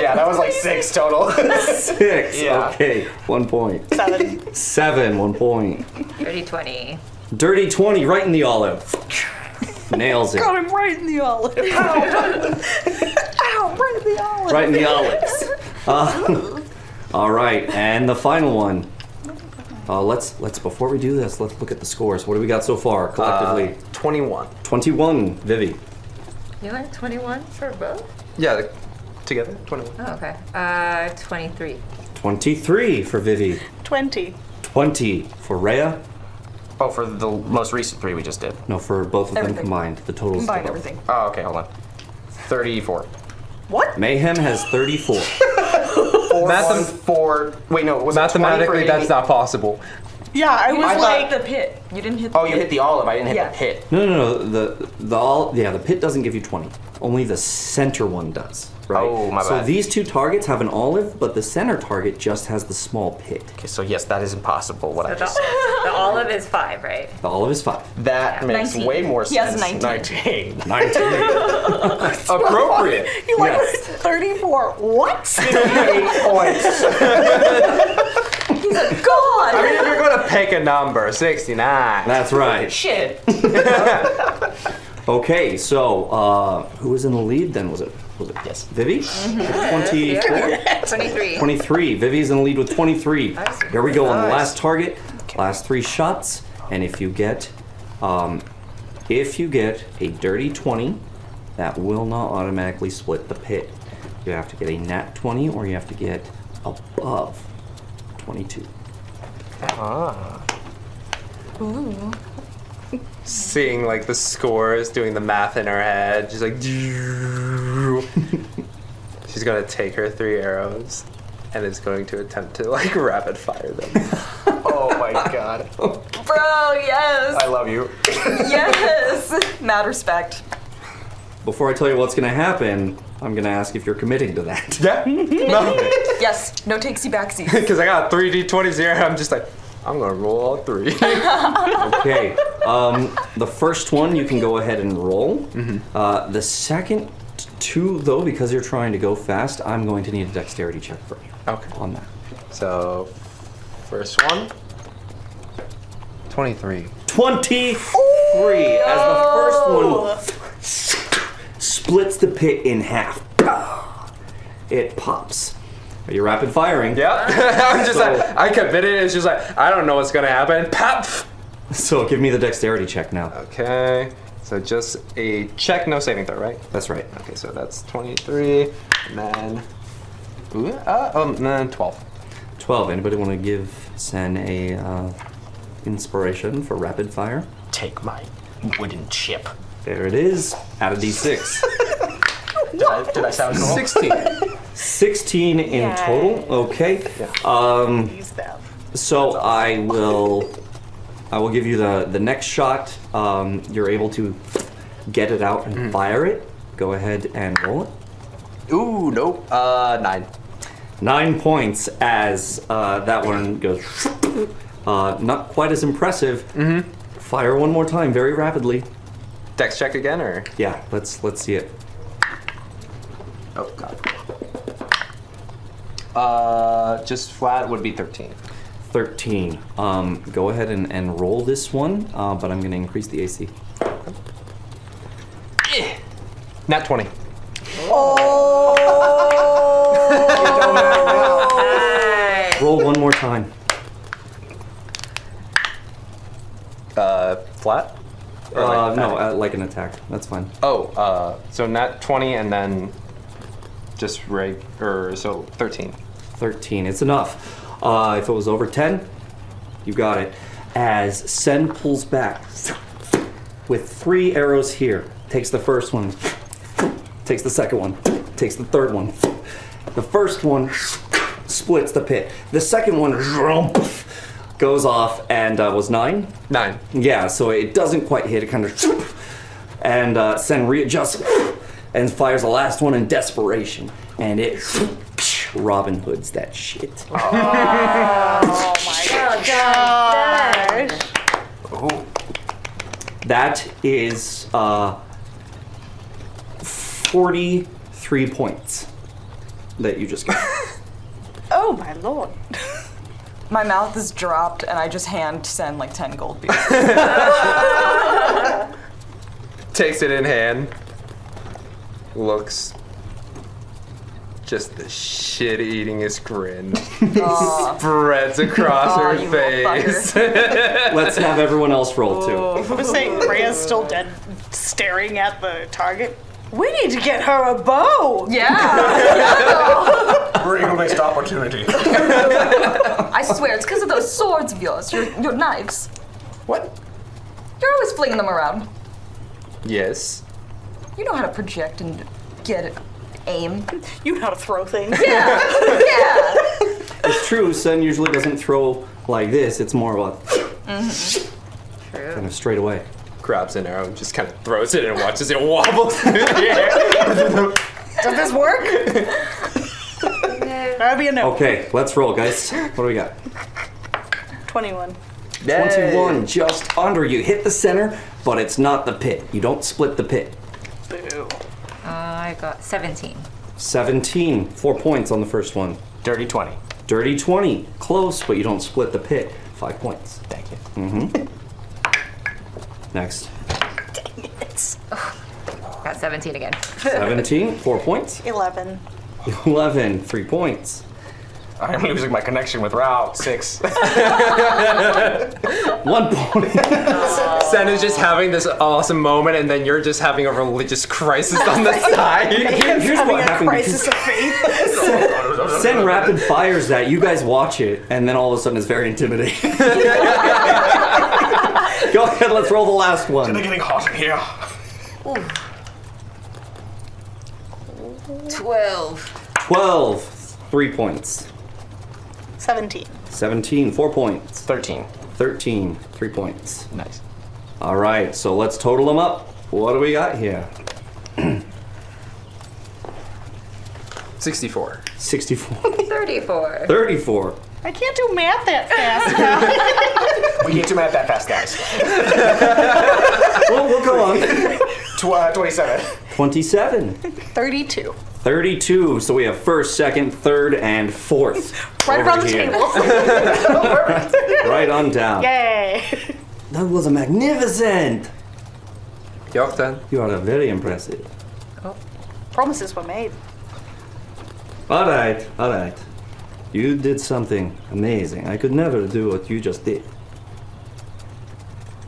Yeah, that was like six total. *laughs* Six. Yeah. Okay. One point. Seven. Seven. One point. Dirty 20. Dirty 20 right in the olive. Nails it. him right in the olive. Ow, right in the olive. Right in the olives. Uh, *laughs* all right, and the final one. Uh, let's let's before we do this, let's look at the scores. What do we got so far Uh, collectively? Twenty-one. Twenty-one, Vivi. You went 21 for both? Yeah, together. Twenty-one. Oh, okay. Uh, 23. Twenty-three for Vivi. 20. Twenty for Rhea. Oh, for the most recent three we just did. No, for both of them Everything. combined. The total. Combine everything. Oh, okay. Hold on. Thirty-four. What? Mayhem has thirty-four. Four, four. Wait, no. Was Mathematically, that's not possible. Yeah, I was like- *laughs* the pit. You didn't hit. Oh, you hit the olive. I didn't hit Yeah. the pit. No, no, no. The the all yeah. The pit doesn't give you twenty. Only the center one does. Right. Oh, my so bad. these two targets have an olive, but the center target just has the small pit. Okay. So yes, that is impossible. What I So just the, the olive is 5, right? The olive is five. *laughs* That makes 19. way more He has sense. 19. 19. 19. Appropriate. *laughs* You like Yes. 34. *laughs* What? *laughs* points. He's a god. I mean, if you're gonna pick a number, 69. That's right. Shit. Okay. So uh, who was in the lead then? Was it was it yes Vivi? Mm-hmm. Twenty-four. 23. 23. Vivi's in the lead with 23. I see. There we go on the Nice. last target. Last three shots. And if you get um, if you get a dirty 20, that will not automatically split the pit. You have to get a nat 20 or you have to get above 22. Ah. Ooh. Seeing like the scores, doing the math in her head. She's like, *laughs* she's gonna take her three arrows and is going to attempt to like rapid fire them. oh my god. Oh, Bro, yes. I love you. *laughs* yes. Mad respect. Before I tell you what's going to happen, I'm going to ask if you're committing to that. yes. No takesy backsies. Because I got three d20s here, and I'm just like, I'm gonna roll all three. okay. Um, the first one you can go ahead and roll. Mm-hmm. Uh, the second two, though, because you're trying to go fast, I'm going to need a dexterity check for you. Okay. On that. So, First one. 23. 23 as the first one splits the pit in half. It pops. Are you rapid firing? Yep. *laughs* I'm just like, I committed. It's just like, I don't know what's gonna happen. Pop. So give me the dexterity check now. Okay. So just a check, no saving throw, right? That's right. Okay, so that's 23, and then, ooh, uh, um, and then 12. 12. Anybody want to give Sen a uh, inspiration for rapid fire? Take my wooden chip. There it is. Out of d6. Did I, did I sound normal? 16. 16 in Yay. total. Okay. Um, so I will, I will give you the the next shot. Um, you're able to get it out and fire it. Go ahead and roll it. Ooh, nope. Uh, nine. Nine points as uh, that one goes. Uh, not quite as impressive. Mm-hmm. Fire one more time, very rapidly. Dex check again, or? Yeah, let's let's see it. Oh, God. Uh, just flat would be 13. 13. Um, go ahead and, and roll this one, uh, but I'm going to increase the AC. Nat 20. Roll one more time. Uh, flat? Or Uh, like no, attack? uh, like an attack. That's fine. Oh, uh, so not 20 and then just reg, or so 13. 13. It's enough. Uh, if it was over 10, you got it. As Sen pulls back with three arrows here, takes the first one, takes the second one, takes the third one. The first one splits the pit. The second one goes off and uh, was nine. Nine. Yeah, so it doesn't quite hit. It kind of and uh, Sen readjusts and fires the last one in desperation, and it Robin Hoods that shit. Oh. That is uh, 43 points that you just got. Oh my lord. *laughs* my mouth is dropped, and I just hand send like ten gold pieces. Takes it in hand. Looks. Just the shit eatingest *laughs* grin spreads across Aw, her you face. Let's have everyone else roll *laughs* too. I was saying, Rhea's still dead, staring at the target. We need to get her a bow. We're your next opportunity. I swear, it's because of those swords of yours, your, your knives. What? You're always flinging them around. Yes. You know how to project and get aim. You know how to throw things. *laughs* Yeah. It's true, Sen usually doesn't throw like this, it's more of a kind of straight away. Grabs an arrow and just kind of throws it and watches it wobble *laughs* through the air. Does this work? That'd be a no. Okay, let's roll, guys. What do we got? 21. 21 just under. You hit the center, but it's not the pit. You don't split the pit. Boo. I got 17. 17, four points on the first one. Dirty 20. Dirty 20, close, but you don't split the pit. Five points. Thank you. Mm-hmm. Next, Got 17 again. 17, four points. 11. 11, three points. I'm losing my connection with Rao. Six. *laughs* One point. *laughs* Sen is just having this awesome moment, and then you're just having a religious crisis on *laughs* the side. Here- here's what happened. of faith. *laughs* Sen rapid fires that. You guys watch it, and then all of a sudden it's very intimidating. *laughs* Go ahead, let's roll the last one. They're getting hot in here. 12. 12, three points. 17. 17, four points. 13. 13, three points. Nice. All right, so let's total them up. What do we got here? 64. *laughs* 64. 34. 34. I can't do math that *laughs* fast. We can't do math that fast, guys. we'll, we'll go *laughs* on. Tw- uh, 27. 27. 32. 32. So we have first, second, third, and fourth. Right over around the here. *laughs* table. *laughs* right on down. Yay. That was a magnificent. Yorkton. You are very impressive. Oh, Promises were made. All right, all right. You did something amazing. I could never do what you just did.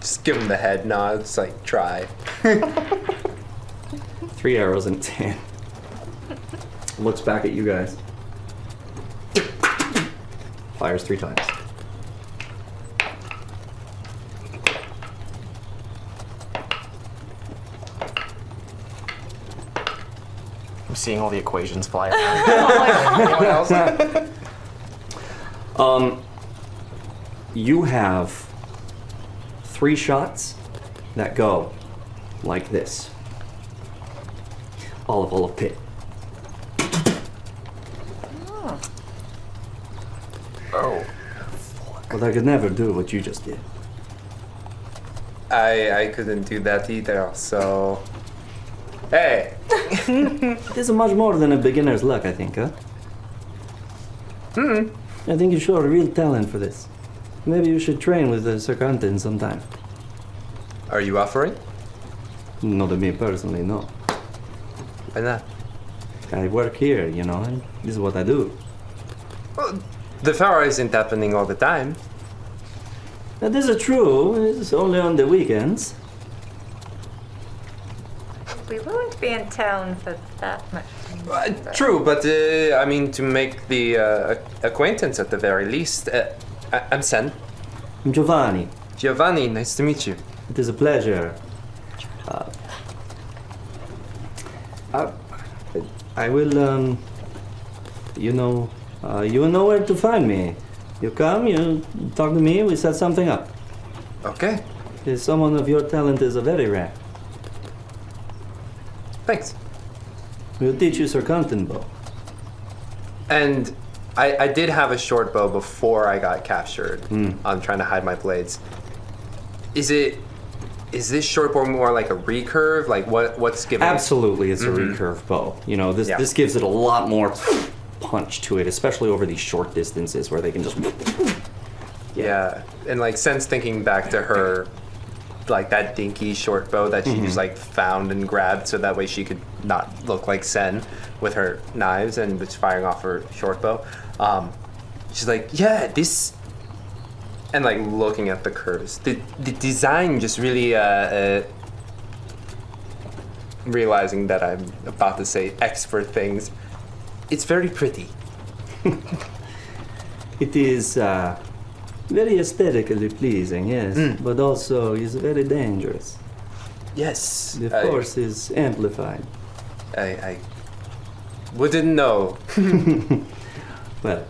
Just give him the head nods, like, try. *laughs* Three arrows and ten. Looks back at you guys. Fires three times. I'm seeing all the equations fly around. Anyone else? Um, you have three shots that go like this. Olive, olive pit. Oh. But I could never do what you just did. I, I couldn't do that either, so. Hey! this is much more than a beginner's luck, I think, huh? I think you showed a real talent for this. Maybe you should train with the Circantin sometime. Are you offering? Not to me personally, no. Why not? I work here, you know. and This is what I do. The fair isn't happening all the time. That is true. It's only on the weekends. We won't be in town for that much. True, but uh, I mean to make the uh, acquaintance at the very least. Uh, I- I'm Sen. I'm Giovanni. Giovanni, nice to meet you. It is a pleasure. Uh, I, I will, um, you know, uh, you know where to find me. You come, you talk to me, we set something up. Okay. Someone of your talent is a very rare. Thanks. We'll teach you Circumstantin bow. And I, I did have a short bow before I got captured. Hmm. I'm trying to hide my blades. Is it? Is this short bow more like a recurve? Like what? What's given? Absolutely, it's Mhm. a recurve bow. You know, this Yeah. this gives it a lot more punch to it, especially over these short distances where they can just. Yeah, and like since thinking back to her, like that dinky short bow that she Mhm. just like found and grabbed, so that way she could not look like Sen with her knives and was firing off her short bow. Um, she's like, yeah, this, and like looking at the curves, the the design just really. Uh, uh, realizing that I'm about to say expert things, it's very pretty. It is uh, very aesthetically pleasing, yes, but also is very dangerous. Yes. The I- force is amplified. I, I wouldn't know. Well,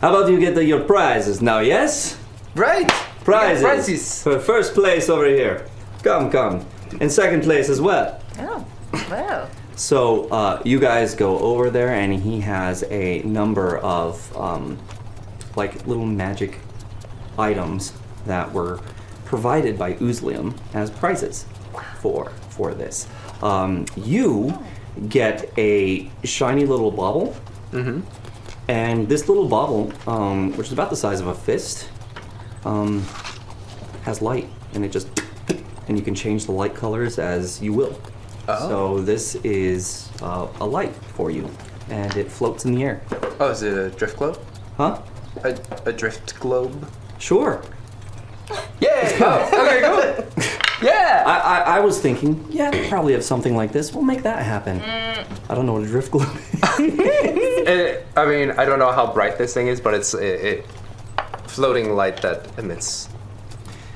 how about you get the, your prizes now? Yes. Right. Prizes. Yeah, prizes. For first place over here. Come, come, and second place as well. Oh, wow. So uh, you guys go over there, and he has a number of um, like little magic items that were provided by Uzlium as prizes for for this. Um, you get a shiny little bauble, Mm-hmm. and this little bauble, um, which is about the size of a fist, um, has light, and it just and you can change the light colors as you will. Oh. So this is uh, a light for you, and it floats in the air. Oh, is it a drift globe? Huh? A, a drift globe? Sure. *laughs* Yay! Oh, okay, cool. Yeah. I, I, I was thinking, yeah, we probably have something like this. We'll make that happen. Mm. I don't know what a drift globe. Eh, I mean, I don't know how bright this thing is, but it's it, it floating light that emits. *laughs*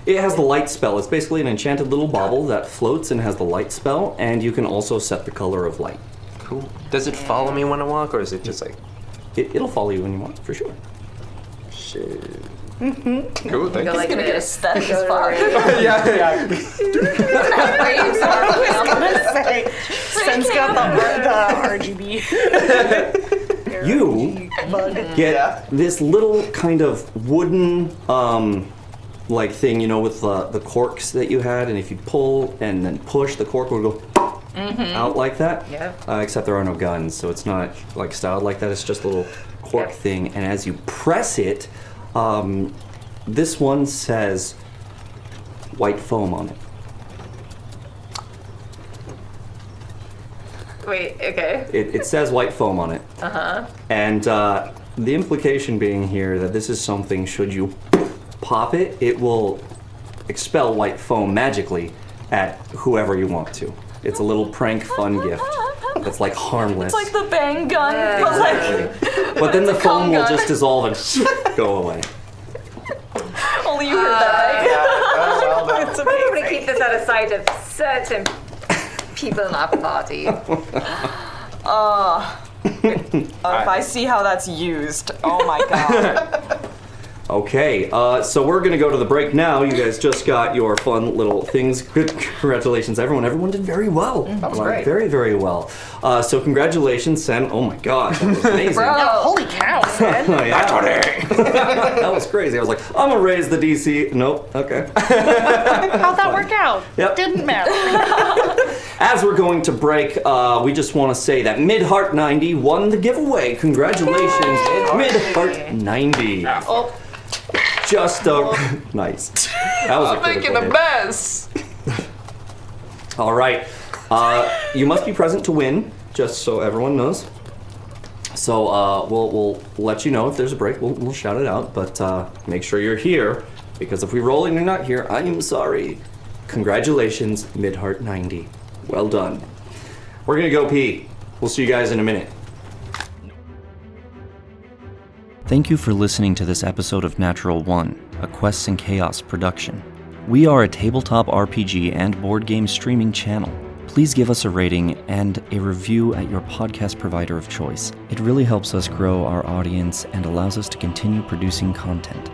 It has the light spell. It's basically an enchanted little bauble that floats and has the light spell, and you can also set the color of light. Cool. Does it follow me when I walk, or is it just like? It, it'll follow you when you want, for sure. Shit. Mm-hmm. Cool, thank you. He's gonna get a step as far. yeah, yeah. I was gonna say, Sen's got the, the RGB. You get this little kind of wooden um, like thing, you know, with the, the corks that you had, and if you pull and then push, the cork would go Mm-hmm. out like that. Yep. Uh, except there are no guns, so it's not like styled like that. It's just a little cork thing, and as you press it, um, this one says white foam on it. Wait, okay. It, it says white foam on it. Uh Uh-huh. huh. And uh, the implication being here that this is something, should you pop it, it will expel white foam magically at whoever you want to. It's a little prank fun gift that's like harmless. It's like the bang gun, but like Exactly. but then the foam will gun. just dissolve and go away. only you heard that. it's I'm going to keep this out of sight of certain people in our party. Uh, if I see how that's used, oh my god. Okay, uh, so we're gonna go to the break now. You guys just got your fun little things. Good, congratulations, everyone. Everyone did very well. That was great. Very, very well. Uh, so congratulations, Sen. Oh my God, *laughs* that was amazing. holy cow, man. Oh, Yeah. *laughs* that was crazy. I was like, I'm gonna raise the DC. Nope. Okay. *laughs* How'd that work out? Yep. Didn't matter. *laughs* As we're going to break, uh, we just want to say that Mid Heart 90 won the giveaway. Congratulations, Mid Heart 90. Oh. Just Oh. a *laughs* nice. That was a critical hit. mess. All right. Uh, you must be present to win, just so everyone knows. So uh, we'll, we'll let you know if there's a break. We'll, we'll shout it out, but uh, make sure you're here because if we roll and you're not here, I am sorry. Congratulations, Midheart 90. Well done. We're gonna go pee. We'll see you guys in a minute. Thank you for listening to this episode of Natural One, a Quests and Chaos production. We are a tabletop RPG and board game streaming channel. Please give us a rating and a review at your podcast provider of choice. It really helps us grow our audience and allows us to continue producing content.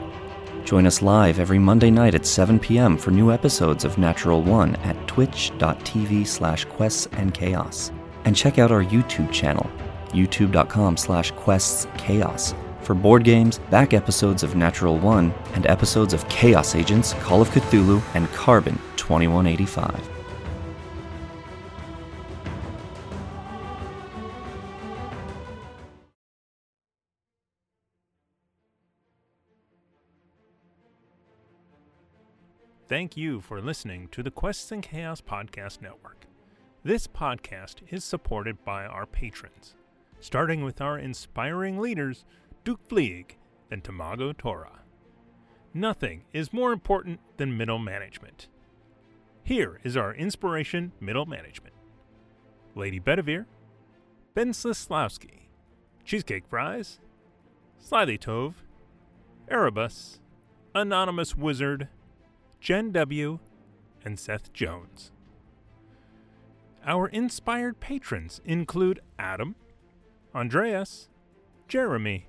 Join us live every Monday night at 7 p.m. for new episodes of Natural One at twitch.tv slash quests and chaos. And check out our YouTube channel, youtube.com slash quests chaos, for board games, back episodes of Natural One, and episodes of Chaos Agents, Call of Cthulhu, and Carbon 2185. Thank you for listening to the Quests and Chaos Podcast Network. This podcast is supported by our patrons, starting with our inspiring leaders, Duke Fleeg and Tamago Tora. Nothing is more important than middle management. Here is our inspiration middle management Lady Bedivere, Ben Slislawski, Cheesecake Fries, Slyly Tove, Erebus, Anonymous Wizard, Jen W., and Seth Jones. Our inspired patrons include Adam, Andreas, Jeremy,